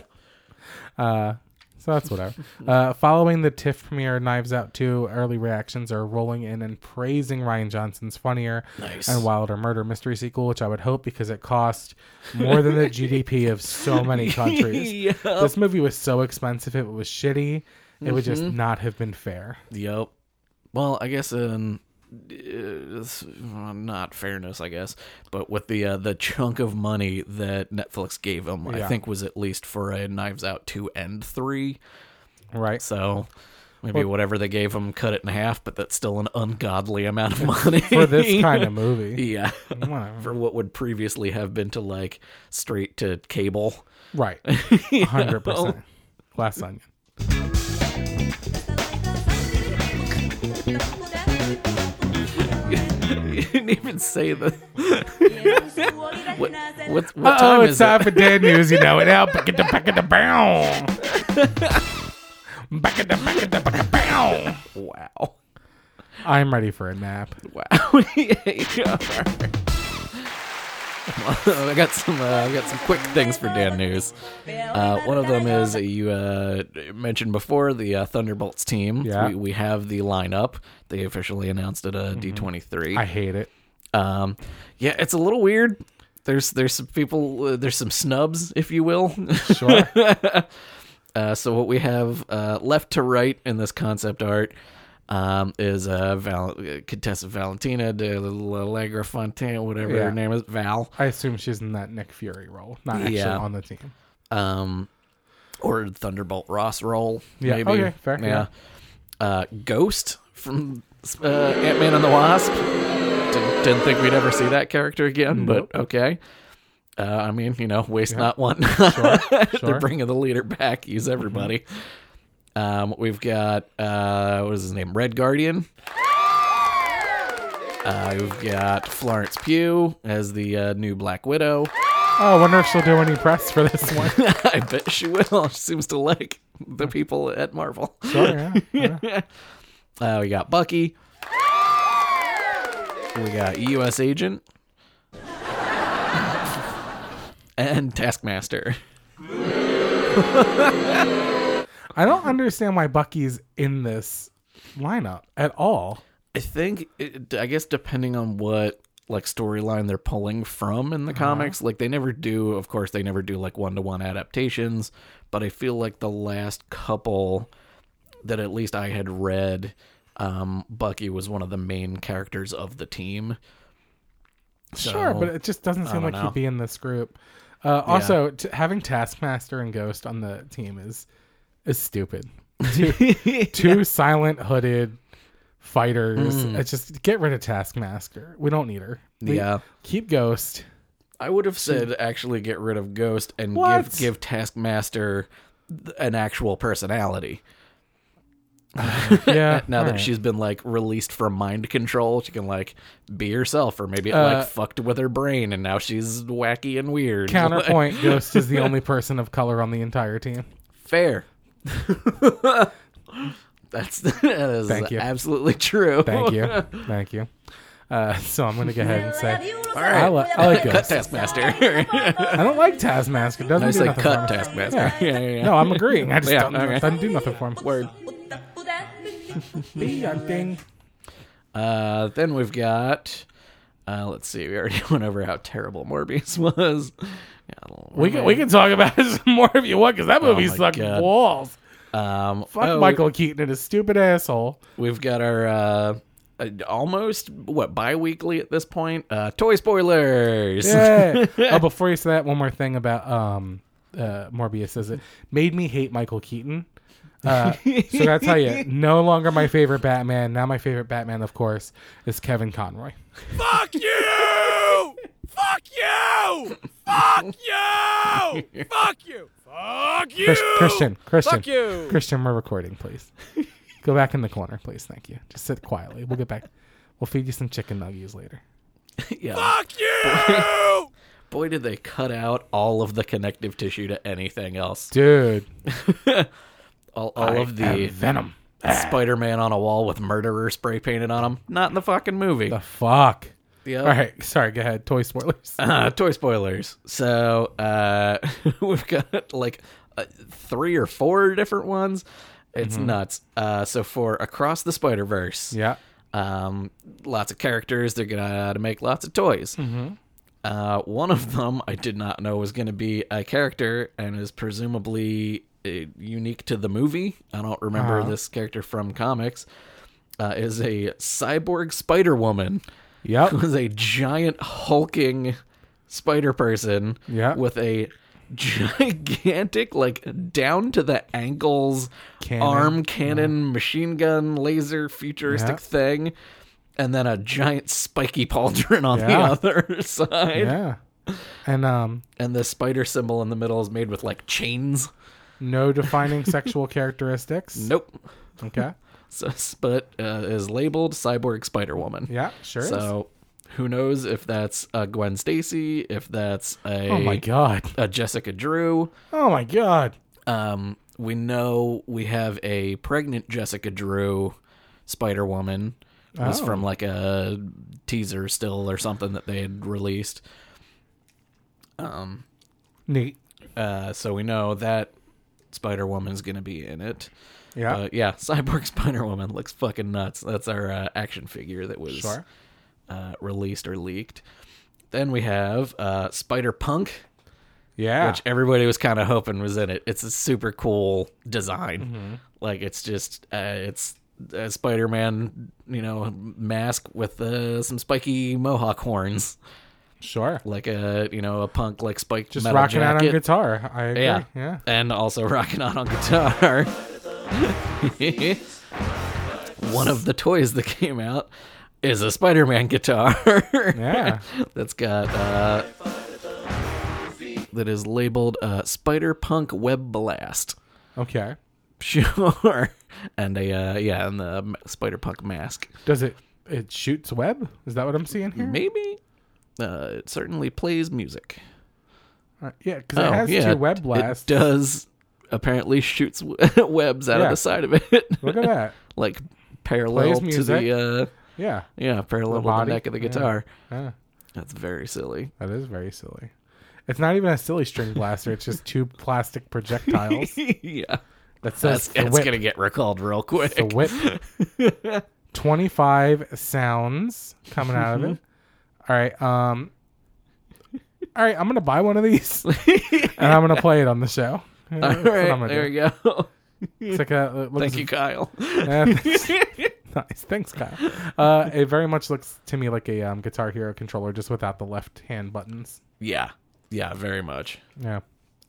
B: uh, so that's whatever. Uh, following the TIFF premiere, Knives Out 2, early reactions are rolling in and praising Ryan Johnson's funnier
C: Nice.
B: and wilder murder mystery sequel, which I would hope because it cost more than the GDP of so many countries.
C: Yep.
B: This movie was so expensive, it was shitty. It would just not have been fair.
C: Yep. Well, I guess in uh, s- well, not fairness, I guess, but with the uh, the chunk of money that Netflix gave him, I
B: Yeah.
C: think was at least for a Knives Out two and three.
B: Right.
C: So maybe whatever they gave him, cut it in half, but that's still an ungodly amount of money
B: For this kind of movie.
C: yeah.
B: Whatever.
C: For what would previously have been to like straight to cable.
B: Right. 100%. Glass onion.
D: Tästä laittaa,
B: Mm-hmm.
C: You didn't even say the. What,
D: What's
C: what, what time
B: oh, it's
C: is it?
B: time for dead news. You know it now. Back at the back at the bow. Back at the back at the back at bow.
C: Wow.
B: I'm ready for a nap.
C: Wow. I got some. Uh, I got some quick things for Dan news. Uh, one of them is you uh, mentioned before the uh, Thunderbolts team.
B: Yeah. Mm-hmm.
C: We, we have the lineup. They officially announced at uh, D23.
B: I hate it.
C: Um, yeah, it's a little weird. There's there's some people. Uh, there's some snubs, if you will.
B: Sure.
C: Uh, so what we have uh, left to right in this concept art um, is uh, Val- uh, Contessa Valentina de Allegra Fontaine, whatever
B: Yeah.
C: her name is, Val,
B: I assume she's in that Nick Fury role, not actually
C: Yeah.
B: on the team.
C: um, or Thunderbolt Ross role,
B: Yeah,
C: maybe.
B: okay, fair,
C: yeah. Uh, Ghost from uh, Ant Man and the Wasp. Didn't, didn't think we'd ever see that character again, but okay. Uh, I mean, you know, waste not want.
B: sure.
C: They're bringing the leader back. Use everybody. Um, we've got uh, what is his name? Red Guardian. Uh, we've got Florence Pugh as the uh, new Black Widow.
B: Oh, I wonder if she'll do any press for this one. Sure,
C: I bet she will. She seems to like the people at Marvel.
B: yeah, yeah.
C: Uh, we got Bucky. We got U.S. Agent and Taskmaster.
B: I don't understand why Bucky's in this lineup at all.
C: I think, it, I guess, depending on what like storyline they're pulling from in the comics, like they never do. Of course, they never do like one to one adaptations. But I feel like the last couple that at least I had read, um, Bucky was one of the main characters of the team.
B: sure,
C: So,
B: but it just doesn't seem
C: don't
B: like
C: know.
B: he'd be in this group. Uh, also, t- having Taskmaster and Ghost on the team is is stupid. Two, two silent hooded fighters.
C: Mm.
B: It's just get rid of Taskmaster. We don't need her. We-
C: Yeah.
B: keep Ghost.
C: I would have said actually get rid of Ghost and
B: What?
C: give give Taskmaster th- an actual personality.
B: Yeah,
C: Now that
B: alright.
C: she's been like released from mind control, she can like be herself, or maybe it
B: Uh,
C: like fucked with her brain, and now she's wacky and weird.
B: counterpoint, Ghost is the only person of color on the entire team.
C: fair. That's that is
B: Thank you.
C: absolutely true.
B: Thank you, thank you. Uh, so I'm gonna go ahead and say
D: I, li- I like
B: Cut
D: Ghost. Taskmaster.
B: I don't like Taskmaster. It Doesn't
C: I
B: do
C: say
B: nothing
C: cut
B: for me.
C: Taskmaster.
B: Yeah.
C: Yeah, yeah, yeah.
B: No, I'm agreeing. I just
C: Yeah,
B: don't,
C: okay.
B: doesn't do nothing for him.
D: Word.
B: Be a thing.
C: Uh, then we've got. Uh, let's see. We already went over how terrible Morbius was. Yeah, I don't
B: We can, we can talk about it some more if you want, because that movie
C: Oh my
B: sucked
C: God.
B: balls.
C: Um,
B: Fuck
C: oh,
B: Michael Keaton and his stupid asshole.
C: We've got our uh, uh, almost what bi-weekly at this point. Uh, toy spoilers.
B: Yeah. oh, before you say that, one more thing about um, uh, Morbius is it made me hate Michael Keaton. Uh, so I gotta tell you, no longer my favorite Batman. Now my favorite Batman, of course, is Kevin Conroy.
E: Fuck you! Fuck you! Fuck you! Fuck you! Fuck you!
B: Chris- Christian, Christian,
E: Fuck you!
B: Christian, we're recording, please. Go back in the corner, please. Thank you. Just sit quietly. We'll get back. We'll feed you some chicken nuggies later.
C: yeah.
E: Fuck you!
C: Boy, did they cut out all of the connective tissue to anything else.
B: Dude,
C: All, all of the
B: Venom.
C: Spider-Man on a wall with murderer spray painted on him. Not in the fucking movie.
B: The fuck.
C: Yeah.
B: All right, sorry. Go ahead. Toy spoilers.
C: Uh, toy spoilers. So uh, we've got like uh, three or four different ones. It's
B: Mm-hmm.
C: nuts. Uh, so for Across the Spider Verse,
B: yeah.
C: um, lots of characters. They're gonna make lots of toys. Uh, one of them I did not know was gonna be a character and is presumably uh, unique to the movie. I don't remember this character from comics. Uh, is a cyborg Spider Woman
B: Yep.
C: was a giant hulking spider person
B: Yeah.
C: with a gigantic like down to the ankles
B: Cannon.
C: arm cannon machine gun laser futuristic
B: Yeah.
C: thing and then a giant spiky pauldron on the
B: Yeah.
C: other side
B: Yeah. And um,
C: and the spider symbol in the middle is made with like chains
B: no defining sexual characteristics.
C: nope
B: Okay.
C: So, s- but uh, is labeled Cyborg Spider Woman.
B: Yeah, sure. is.
C: So who knows if that's a Gwen Stacy, if that's a
B: Oh my god.
C: a Jessica Drew.
B: Oh my god.
C: Um, we know we have a pregnant Jessica Drew Spider Woman. It was
B: Oh.
C: from like a teaser still or something that they had released.
B: Neat.
C: Uh, so we know that Spider Woman's going to be in it.
B: Yeah.
C: But yeah, Cyborg Spider Woman looks fucking nuts. That's our uh, action figure that was
B: sure.
C: uh, released or leaked. Then we have uh, Spider Punk,
B: Yeah.
C: which everybody was kind of hoping was in it. It's a super cool design.
B: Mm-hmm.
C: Like it's just uh, it's a Spider-Man, you know, mask with uh, some spiky mohawk horns,
B: sure.
C: like a you know a punk like spike
B: Just
C: metal
B: rocking out on
C: jacket.
B: guitar. I agree.
C: Yeah.
B: Yeah. Yeah.
C: And also rocking out on guitar. One of the toys that came out is a Spider Man guitar.
B: Yeah.
C: That's got, uh, that is labeled uh, Spider Punk Web Blast.
B: Okay.
C: Sure. And a, uh, yeah, and the m- Spider Punk mask.
B: Does it it shoots web? Is that what I'm seeing here?
C: Maybe. Uh, it certainly plays music. Oh,
B: Uh, yeah, because it has two web blasts.
C: It does apparently shoots w- webs out of
B: Yeah.
C: the side of it.
B: Look at that.
C: like parallel
B: Plays
C: to
B: music.
C: the uh
B: Yeah.
C: yeah parallel
B: The
C: to the
B: body,
C: neck of the
B: yeah.
C: guitar
B: Yeah.
C: that's very silly
B: That is very silly. It's not even a silly string blaster. It's just two plastic projectiles.
C: yeah
B: That says
C: that's,
B: the
C: that's
B: whip.
C: gonna get recalled real quick
B: The whip. Twenty-five sounds coming out of it.
C: Mm-hmm.
B: All right. Um. All right. I'm gonna buy one of these, and I'm gonna play it on the show. All
C: all right there you go
B: It's like a, uh, it looks
C: thank you kyle
B: Yeah, thanks. nice. Thanks, Kyle. Uh, it very much looks to me like a um, Guitar Hero controller, just without the left hand buttons.
C: yeah yeah very much
B: Yeah.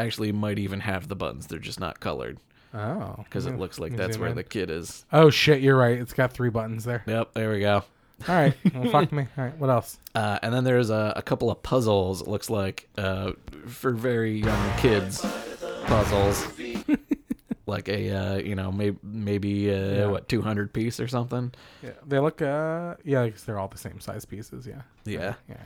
C: actually you might even have the buttons they're just not colored
B: Oh.
C: because it looks like that's
B: Zoom
C: where
B: in.
C: the kid is
B: Oh shit! You're right. It's got three buttons there.
C: yep there we go
B: All right. Well, fuck me. All right. What else?
C: uh, and then there's a, a couple of puzzles it looks like uh, for very young kids puzzles like a uh, you know maybe maybe uh, what 200 piece or something
B: Yeah, they look. Uh, yeah, 'cause they're all the same size pieces. Yeah.
C: yeah
B: Yeah. yeah,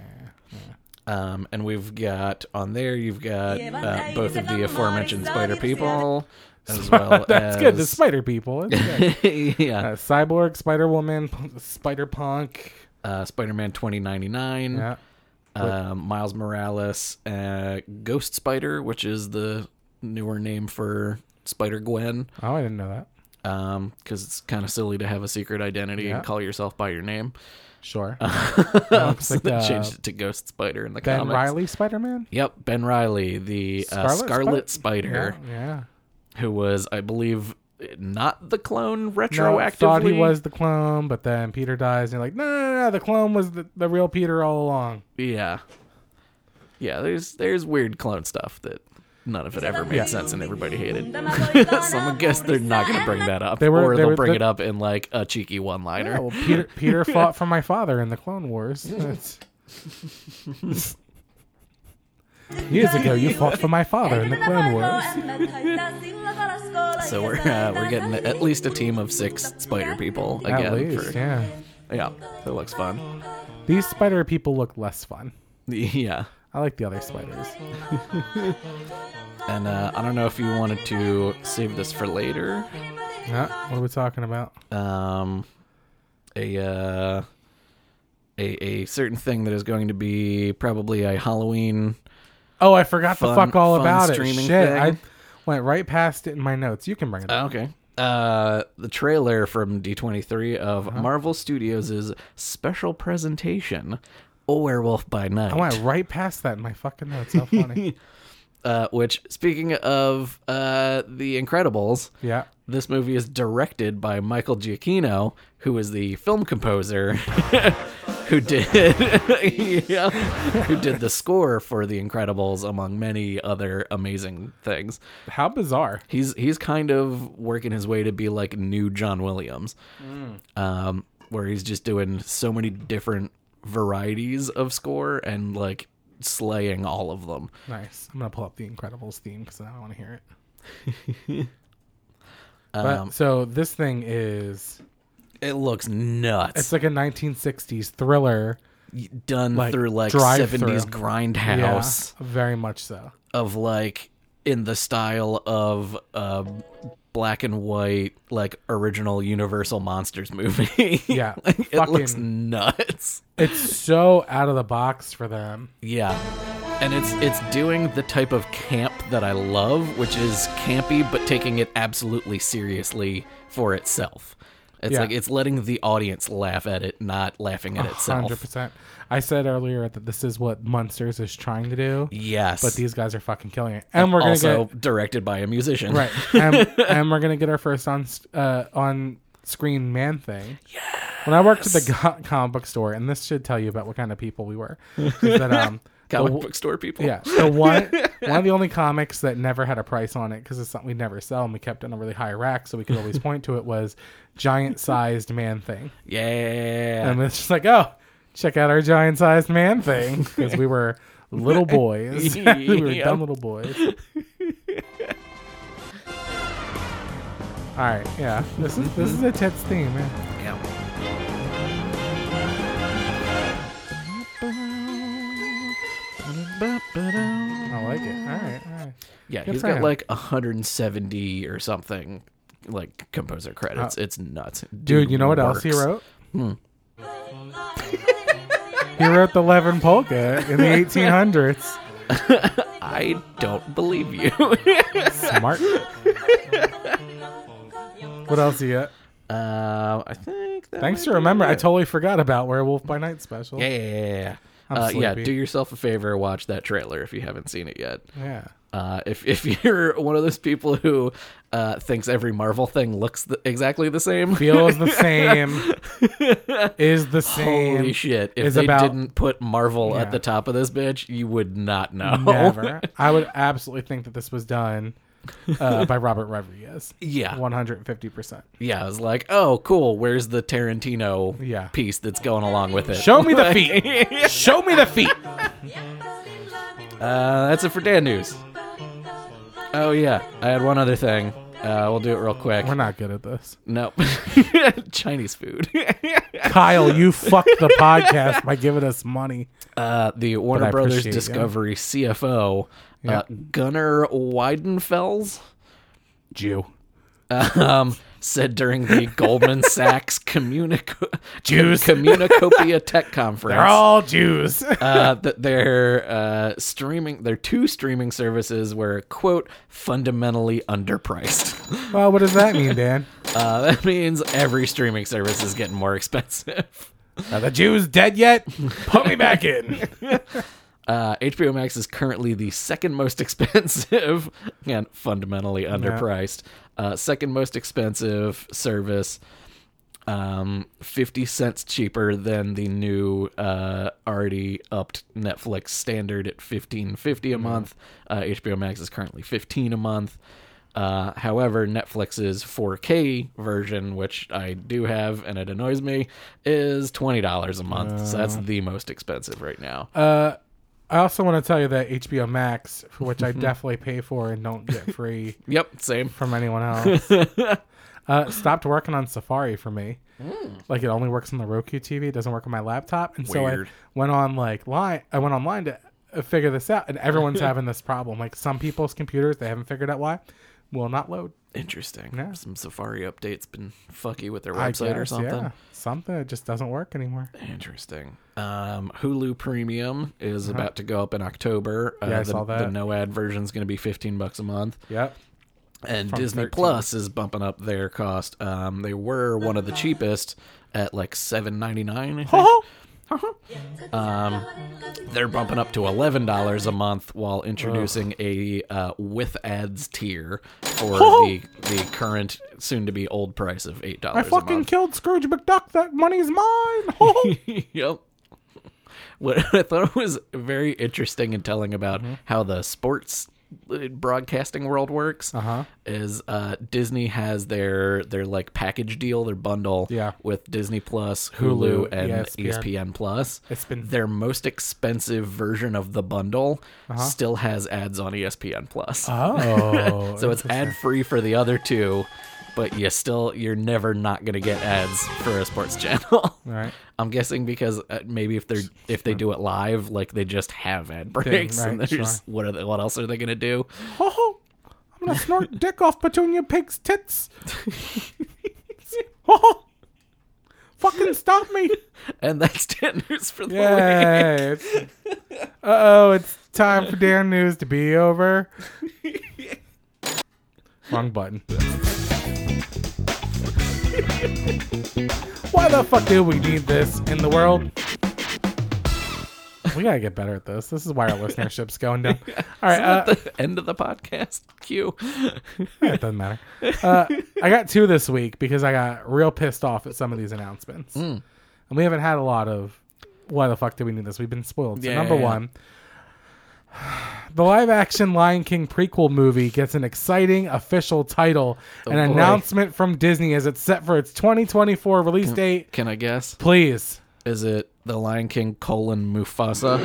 B: yeah.
C: um, and we've got on there you've got
D: Yeah,
C: uh, both of the aforementioned spider people as well
B: That's good. The
C: as-
B: spider people. It's good.
C: yeah
B: Uh, cyborg, Spider Woman, Spider Punk.
C: uh, spider-man 2099
B: Yeah.
C: uh, miles morales uh, ghost spider which is the newer name for spider-gwen
B: Oh, I didn't know that.
C: because Um, it's kind of silly to have a secret identity
B: Yeah.
C: and call yourself by your name.
B: Sure.
C: so
B: like,
C: they
B: uh,
C: changed it to Ghost Spider in the
B: ben
C: comics.
B: Riley, Spider Man.
C: Yep, Ben Riley, the uh,
B: Scarlet
C: Scarlet
B: Spi-
C: Spider,
B: yeah.
C: who was, I believe, not the clone
B: No,
C: retroactively.
B: thought he was the clone, but then Peter dies, and you're like, no, no, no, no, the clone was the, the real Peter all along.
C: Yeah, yeah. There's there's weird clone stuff that none of it ever made
D: Yeah.
C: sense, and everybody hated. so
D: so
C: I guess they're not going to bring that up,
B: They were-
C: or
B: they
C: they'll
B: were-
C: bring
B: they-
C: it up in like a cheeky one-liner.
B: Yeah, Oh, well, Peter Peter fought for my father in the Clone Wars. That's- Years ago, you fought for my father in the Clone Wars.
C: So we're uh, we're getting at least a team of six spider people again.
B: At least,
C: for-
B: yeah.
C: yeah, that looks fun.
B: These spider people look less fun.
C: Yeah,
B: I like the other spiders.
C: and uh, I don't know if you wanted to save this for later.
B: Huh? what are we talking about?
C: Um, a uh, a a certain thing that is going to be probably a Halloween.
B: Oh, I forgot the
C: Fun-
B: fuck all
C: fun
B: about it. Shit,
C: streaming
B: I
C: thing.
B: went right past it in my notes. You can bring it up.
C: Oh, okay. Uh, the trailer from D23 of
B: Uh-huh.
C: Marvel Studios' special presentation, A Werewolf by Night.
B: Oh, I went right past that in my fucking notes. How funny.
C: uh, which speaking of uh, the Incredibles,
B: yeah.
C: this movie is directed by Michael Giacchino, who is the film composer who did yeah, who did the score for The Incredibles, among many other amazing things.
B: How bizarre.
C: He's he's kind of working his way to be like new John Williams,
B: Mm.
C: um, where he's just doing so many different varieties of score and like slaying all of them.
B: Nice. I'm gonna pull up the Incredibles theme because I want to hear it.
C: Um,
B: But, so this thing is
C: It looks nuts.
B: it's like a 1960s thriller.
C: done
B: like,
C: through like
B: drive-through.
C: 70s grindhouse
B: Yeah, very much so.
C: of like in the style of uh, black and white like original Universal Monsters movie.
B: Yeah,
C: like, it looks
B: fucking-
C: nuts.
B: It's so out of the box for them.
C: Yeah. And it's it's doing the type of camp that I love, which is campy but taking it absolutely seriously for itself. It's
B: Yeah.
C: like it's letting the audience laugh at it, not laughing at itself.
B: 100%. I said earlier that this is what Munsters is trying to do,
C: Yes.
B: but these guys are fucking killing it. And we're going to
C: also
B: get
C: directed by a musician.
B: right. And, and we're going to get our first on s- uh, on screen man thing. Yeah. When I worked at the co- comic book store, and this should tell you about what kind of people we were. is that, um, the
C: Comic
B: w-
C: book store people.
B: Yeah. So one one of the only comics that never had a price on it because it's something we never sell and we kept it on a really high rack so we could always point to it was giant sized man thing.
C: Yeah.
B: And it's just like, oh, check out our giant sized man thing because we were little boys. we were
C: Yep.
B: dumb little boys. All right, yeah. This is this is a Ted's theme, man.
C: Yeah.
B: I like it. All right, all right.
C: Yeah,
B: Good
C: he's
B: for
C: got
B: him.
C: like 170 or something like composer credits. it's nuts.
B: Uh, Dude, you know what else he
C: works.
B: wrote? He wrote the Levin Polka in the 1800s.
C: I don't believe you.
B: Smart. what else you got?
C: uh, I think that
B: Thanks
C: might
B: for
C: be
B: remembering. I
C: it.
B: totally forgot about Werewolf by Night special.
C: Yeah, yeah, yeah, yeah.
B: I'm
C: Uh, yeah,
B: sleepy.
C: do yourself a favor, watch that trailer if you haven't seen it yet.
B: Yeah.
C: Uh, if if you're one of those people who uh, thinks every Marvel thing looks th- exactly the same,
B: Feels the same. is the same.
C: Holy shit! If
B: is
C: they
B: about-
C: didn't put Marvel
B: Yeah.
C: at the top of this bitch, you would not know.
B: Never. I would absolutely think that this was done uh, by Robert Rodriguez.
C: Yeah.
B: 150%.
C: yeah, I was like, oh, cool. Where's the Tarantino
B: Yeah.
C: piece that's going along with it?
B: Show me the feet. Show me the feet.
C: Uh, that's it for Dan news. Oh yeah, I had one other thing. Uh, we'll do it real quick.
B: We're not good at this.
C: No, Chinese food.
B: Kyle, you fucked the podcast by giving us money.
C: uh, the Warner
B: I
C: Brothers
B: appreciate it, yeah.
C: Discovery CFO
B: Yeah.
C: uh, Gunnar Weidenfels.
B: Jew.
C: um, said during the Goldman Sachs Communico- Communicopia Tech Conference
B: They're all Jews.
C: uh, that their uh, streaming, their two streaming services were quote fundamentally underpriced.
B: well, what does that mean, Dan?
C: Uh, that means every streaming service is getting more expensive.
B: Are the Jews dead yet? Put me back in.
C: Uh, HBO Max is currently the second most expensive and fundamentally underpriced. Uh, second most expensive service, um, fifty cents cheaper than the new uh, already upped Netflix standard at fifteen fifty a month. Uh, HBO Max is currently fifteen a month. Uh, however, Netflix's 4K version, which I do have and it annoys me, is twenty dollars a month. so that's the most expensive right now.
B: I also want to tell you that HBO Max, for which I definitely pay for and don't get free
C: Yep, same.
B: from anyone else, uh, stopped working on Safari for me.
C: Hmm.
B: Like it only works on the Roku TV, it doesn't work on my laptop, and so
C: Weird.
B: I went on like line. I went online to uh, figure this out, and everyone's having this problem. Like some people's computers, they haven't figured out why, will not load.
C: Interesting.
B: Yeah.
C: Some Safari updates been fucky with their
B: I
C: website or
B: guess,
C: something.
B: something that just doesn't work anymore.
C: Interesting. Um, Hulu Premium is about to go up in October. Uh,
B: Uh-huh. Yeah, I
C: the,
B: saw that.
C: The no ad version is going to be fifteen bucks a month,
B: Yep.
C: and Disney
B: 13.
C: Plus is bumping up their cost. Um, they were one of the cheapest at like seven ninety nine.
D: Um,
C: They're bumping up to eleven dollars a month while introducing a uh, with ads tier for the the current, soon to be old price of eight
B: I
C: dollars. a
B: fucking
C: month.
B: killed Scrooge McDuck. That money's mine.
C: yep. What I thought was very interesting and telling about
B: Mm-hmm.
C: how the sports uh, broadcasting world works
B: Uh-huh.
C: is uh, Disney has their their like package deal, their bundle
B: Yeah.
C: with Disney Plus,
B: Hulu,
C: Hulu, and E
B: ESPN.
C: ESPN Plus.
B: It's been-
C: their most expensive version of the bundle still E has ads on ESPN Plus.
B: Uh-huh. oh.
C: so it's ad free for the other two but you still you're never not gonna get ads for a sports channel.
B: All right.
C: I'm guessing because uh, maybe if they're if they do it live, like they just have ad
B: Thing,
C: breaks, and
B: right,
C: there's what are they, what else are they gonna do?
B: Ho ho! I'm gonna snort dick off Petunia Pig's tits. ho ho! Fucking stop me!
C: And that's Dan News for the week.
B: Yeah. Uh oh, it's time for Dan News to be over. Wrong button. Why the fuck do we need this in the world? We gotta get better at this. This is why our listenership's going down. All right, uh,
C: At the end of the podcast, cue.
B: it doesn't matter. Uh, I got two this week because I got real pissed off at some of these announcements,
C: Mm.
B: and we haven't had a lot of. Why the fuck do we need this? We've been spoiled. So
C: Yeah,
B: number
C: yeah, yeah.
B: one, the live-action Lion King prequel movie gets an exciting official title, an
C: Oh, boy.
B: announcement from Disney as it's set for its 2024
C: Mm.
B: release date.
C: Can I guess?
B: Please,
C: Is it the Lion King colon Mufasa?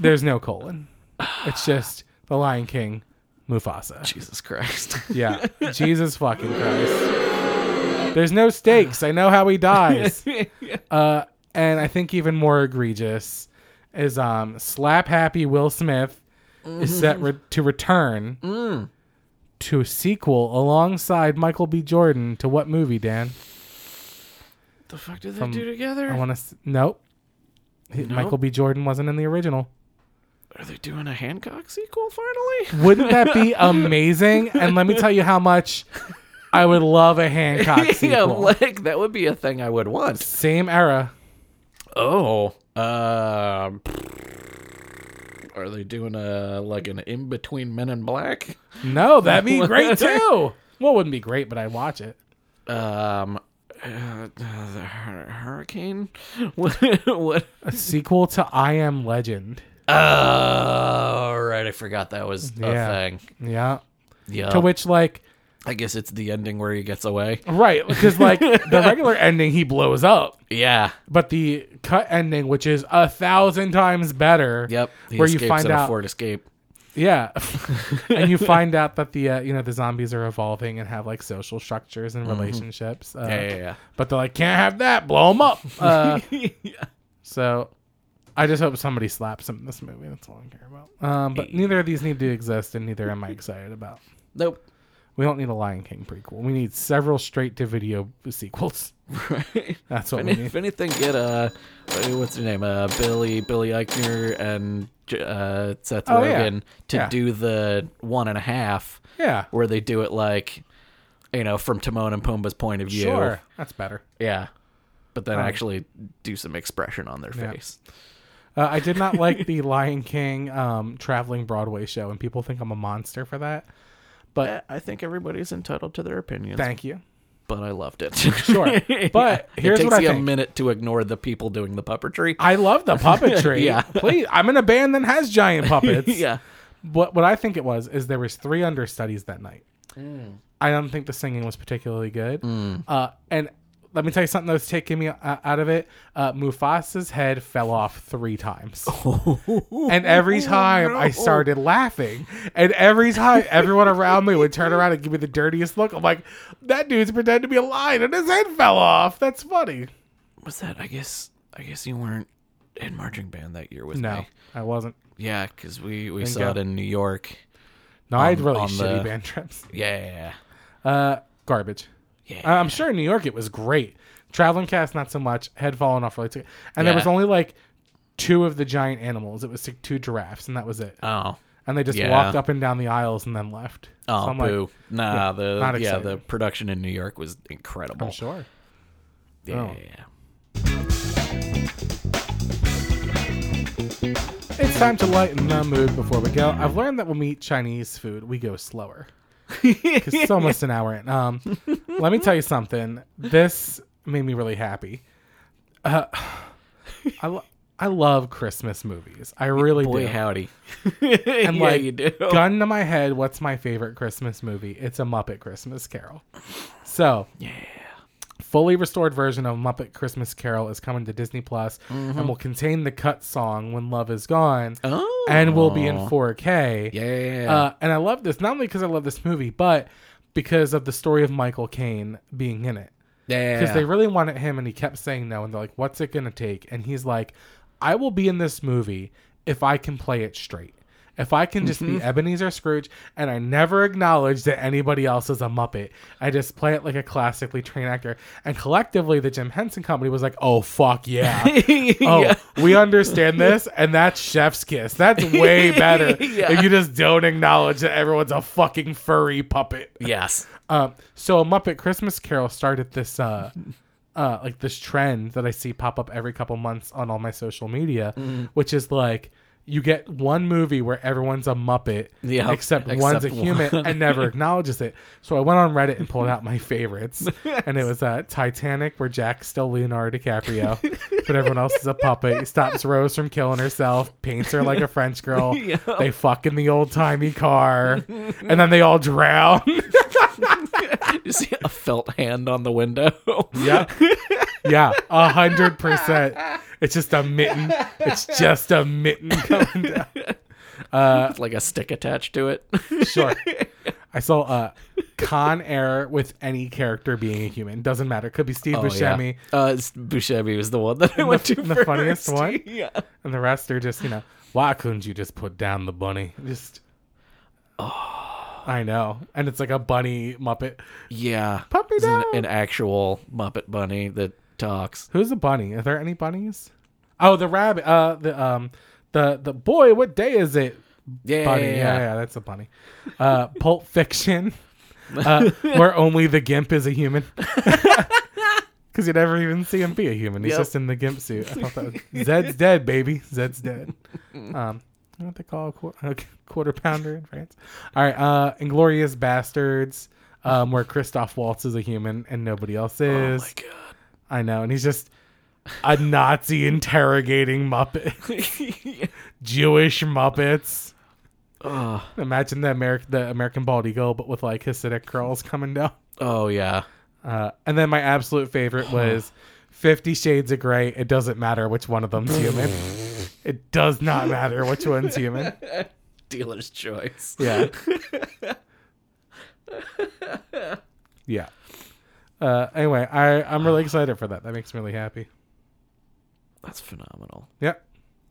B: there's no colon. It's just the Lion King, Mufasa.
C: Jesus Christ!
B: Yeah. Jesus fucking Christ. There's no stakes. I know how he dies. Uh, and I think even more egregious is um, slap happy Will Smith is set re- to return to a sequel alongside Michael B. Jordan to what movie, Dan?
C: the fuck did they
B: From-
C: do together?
B: I want to. S- nope. He- Michael B. Jordan wasn't in the original.
C: Are they doing a Hancock sequel finally?
B: Wouldn't that be amazing? and let me tell you how much I would love a Hancock sequel.
C: yeah, like that would be a thing I would want.
B: Same era.
C: Oh, um, are they doing a like an in between Men in Black?
B: No, that'd be great too. Well, it wouldn't be great, but I'd watch it.
C: Um, uh, uh, the hur- Hurricane? What? what?
B: A sequel to I Am Legend.
C: Oh, right, I forgot that was a
B: Yeah.
C: thing.
B: Yeah.
C: Yeah,
B: To which, like,
C: I guess it's the ending where he gets away.
B: right, because like the regular ending, he blows up,
C: Yeah,
B: but the cut ending, which is a thousand times better.
C: yep. He
B: where you
C: escapes
B: find
C: in a
B: out,
C: Ford Escape.
B: yeah, and you find out that the uh, you know the zombies are evolving and have like social structures and relationships. Uh,
C: Yeah, yeah, yeah.
B: But they're like, can't have that. Blow them up. Uh, So, I just hope somebody slaps him in this movie. That's all I care about. Um, but neither of these need to exist, and neither am I excited about.
C: Nope.
B: We don't need a Lion King prequel. We need several straight to video sequels.
C: Right.
B: That's what
C: If,
B: we
C: any, if
B: need.
C: anything, get uh, what's her name? Uh, Billy Billy Eichner and J- uh, Seth
B: Oh, yeah.
C: Rogen to
B: Yeah.
C: do the one and a half,
B: Yeah,
C: where they do it like, you know, from Timon and Pumbaa's point of view.
B: sure. That's better.
C: Yeah. But then
B: Right.
C: actually do some expression on their
B: Yeah.
C: face.
B: Uh, I did not like the Lion King um, traveling Broadway show, and people think I'm a monster for that.
C: I I think everybody's entitled to their opinions,
B: Thank you.
C: but I loved it.
B: Sure. But here's
C: it takes
B: what I
C: you a
B: think.
C: minute to ignore the people doing the puppetry.
B: I love the puppetry.
C: Yeah.
B: Please, I'm in a band that has giant puppets.
C: yeah.
B: What what I think it was is there was three understudies that night.
C: Mm.
B: I don't think the singing was particularly good. Uh, and let me tell you something that's taking me uh, out of it. Uh, Mufasa's head fell off three times,
C: Oh.
B: and every time I started laughing, and every time everyone around me would turn around and give me the dirtiest look. I'm like, that dude's pretending to be alive, and his head fell off. That's funny.
C: Was that? I guess. I guess you weren't in marching band that year with
B: No,
C: me.
B: I wasn't.
C: Yeah, because we we
B: Bingo.
C: saw it in New York.
B: No, I had really
C: on
B: shitty
C: the-
B: band trips.
C: Yeah.
B: Uh, garbage.
C: Yeah.
B: I- Uh, I'm sure in New York it was great. Traveling cast not so much. Head fallen off really too. And there
C: Yeah.
B: was only like two of the giant animals. It was like two giraffes, and that was it.
C: oh.
B: and they just
C: yeah.
B: walked up and down the aisles and then left.
C: Oh,
B: So I'm like,
C: boo. nah,
B: not
C: the yeah, the
B: excited.
C: production in New York was
B: I'm
C: incredible.
B: "Oh, sure. Oh.
C: Yeah.
B: It's time to lighten the mood before we go. I've learned that when we eat Chinese food, we go slower. 'Cause it's almost an hour in. Um, let me tell you something. This made me really happy. Uh, I, lo- I love Christmas movies. I really
C: Boy
B: do.
C: howdy.
B: and
C: yeah,
B: like
C: you do.
B: gun to my head what's my favorite christmas movie it's a muppet christmas carol so yeah fully restored version of muppet christmas carol is coming to disney plus and will contain the cut song when love is gone
C: Mm-hmm. Oh.
B: and will be in Uh, 4k
C: Yeah.
B: uh, and i love this not only because i love this movie but because of the story of Michael Caine being in it.
C: Yeah.
B: Because they really wanted him, and he kept saying no. And they're like, "What's it gonna take?" And he's like, "I will be in this movie if I can play it straight. If I can just
C: Mm-hmm.
B: be Ebenezer Scrooge, and I never acknowledge that anybody else is a Muppet. I just play it like a classically trained actor." And collectively, the Jim Henson Company was like, "Oh fuck yeah!" Oh,
C: yeah.
B: we understand this, and that's chef's kiss. That's way better
C: Yeah.
B: if you just don't acknowledge that everyone's a fucking furry puppet.
C: Yes.
B: Um, so a Muppet Christmas Carol started this uh, uh, like this trend that I see pop up every couple months on all my social media, which is like you get one movie where everyone's a Muppet,
C: Yeah,
B: except,
C: except
B: one's a
C: one.
B: human and never acknowledges it. So I went on Reddit and pulled out my favorites, and it was uh, Titanic, where Jack's still Leonardo DiCaprio, but everyone else is a puppet. He stops Rose from killing herself, paints her like a French girl.
C: Yeah.
B: They fuck in the old timey car, and then they all drown.
C: You see a felt hand on the window.
B: Yep. yeah, a hundred percent. It's just a mitten. It's just a mitten coming down.
C: With like a stick attached to it. Oh,
B: Sure. I saw uh, Con Air with any character being a human. Doesn't matter. Could be Steve Buscemi,
C: Yeah. Uh, it's- Buscemi was the one that I went to
B: the
C: first.
B: funniest one?
C: Yeah.
B: and the rest are just you know. Why couldn't you just put down the bunny? Just. I know, and it's like a bunny Muppet.
C: Yeah.
B: Put me
C: It's an,
B: down.
C: an actual Muppet Bunny that talks.
B: Who's a bunny? Are there any bunnies? Oh, the rabbit. Uh, the um, the the boy. What day is it?
C: Eh, Yeah.
B: bunny. Yeah, yeah, that's a bunny. Uh, Pulp Fiction, uh, where only the gimp is a human. Because you never even see him be a human. He's
C: Yep.
B: just in the gimp suit. I thought that was, Zed's dead, baby. Zed's dead. Um, what they call a quarter, a quarter pounder in France. All right, uh, Inglorious Bastards, um, where Christoph Waltz is a human and nobody else
C: Oh
B: is.
C: my god.
B: I know, and he's just a Nazi interrogating Muppet, Jewish Muppets.
C: oh,
B: Imagine the American the American bald eagle, but with like Hasidic curls coming down.
C: oh yeah.
B: Uh, and then my absolute favorite was Fifty Shades of Grey. It doesn't matter which one of them's human. it does not matter which one's human.
C: Dealer's choice.
B: Yeah. yeah. Uh, anyway, I I'm really excited for that. That makes me really happy.
C: That's phenomenal.
B: Yep.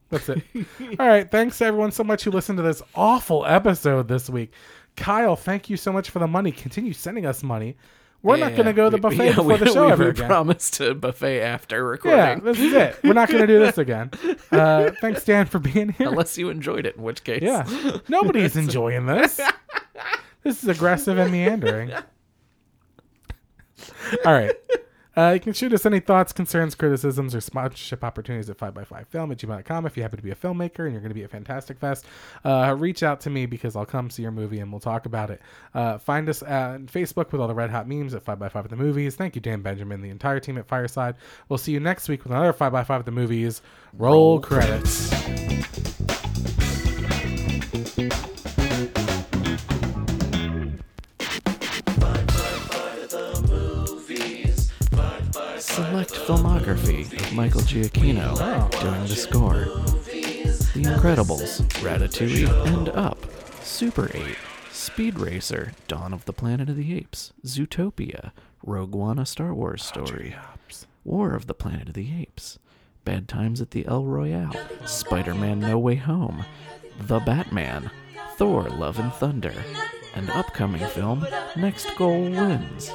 B: That's it. All right. Thanks to everyone so much who listened to this awful episode this week. Kyle, thank you so much for the money. Continue sending us money. We're not
C: Yeah.
B: going to go to the
C: We-
B: buffet
C: yeah,
B: before
C: we,
B: the show
C: we
B: ever
C: were
B: again.
C: promised a buffet after
B: yeah,
C: recording.
B: this is it. We're not going to do this again. Uh, thanks, Dan, for being here.
C: Unless you enjoyed it, in which case.
B: Yeah. Nobody's enjoying this. This is aggressive and meandering. All right. Uh, you can shoot us any thoughts, concerns, criticisms, or sponsorship opportunities at 5x5film at gmail.com if you happen to be a filmmaker and you're going to be at Fantastic Fest. Uh, reach out to me because I'll come see your movie and we'll talk about it. Uh, find us on Facebook with all the red hot memes at 5x5 at the movies. Thank you, Dan Benjamin, the entire team at Fireside. We'll see you next week with another 5x5 at the movies. Roll, credits.
C: Select filmography of Michael Giacchino doing the score. The Incredibles, Ratatouille, and Up, Super 8, Speed Racer, Dawn of the Planet of the Apes, Zootopia, Rogue One, a Star Wars story, War of the Planet of the Apes, Bad Times at the El Royale, Spider Man No Way Home, The Batman, Thor Love and Thunder, and upcoming film, Next Goal Wins.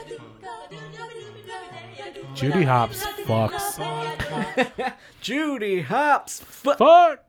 B: Judy Hopps fucks.
C: Judy Hops!
B: Fuck!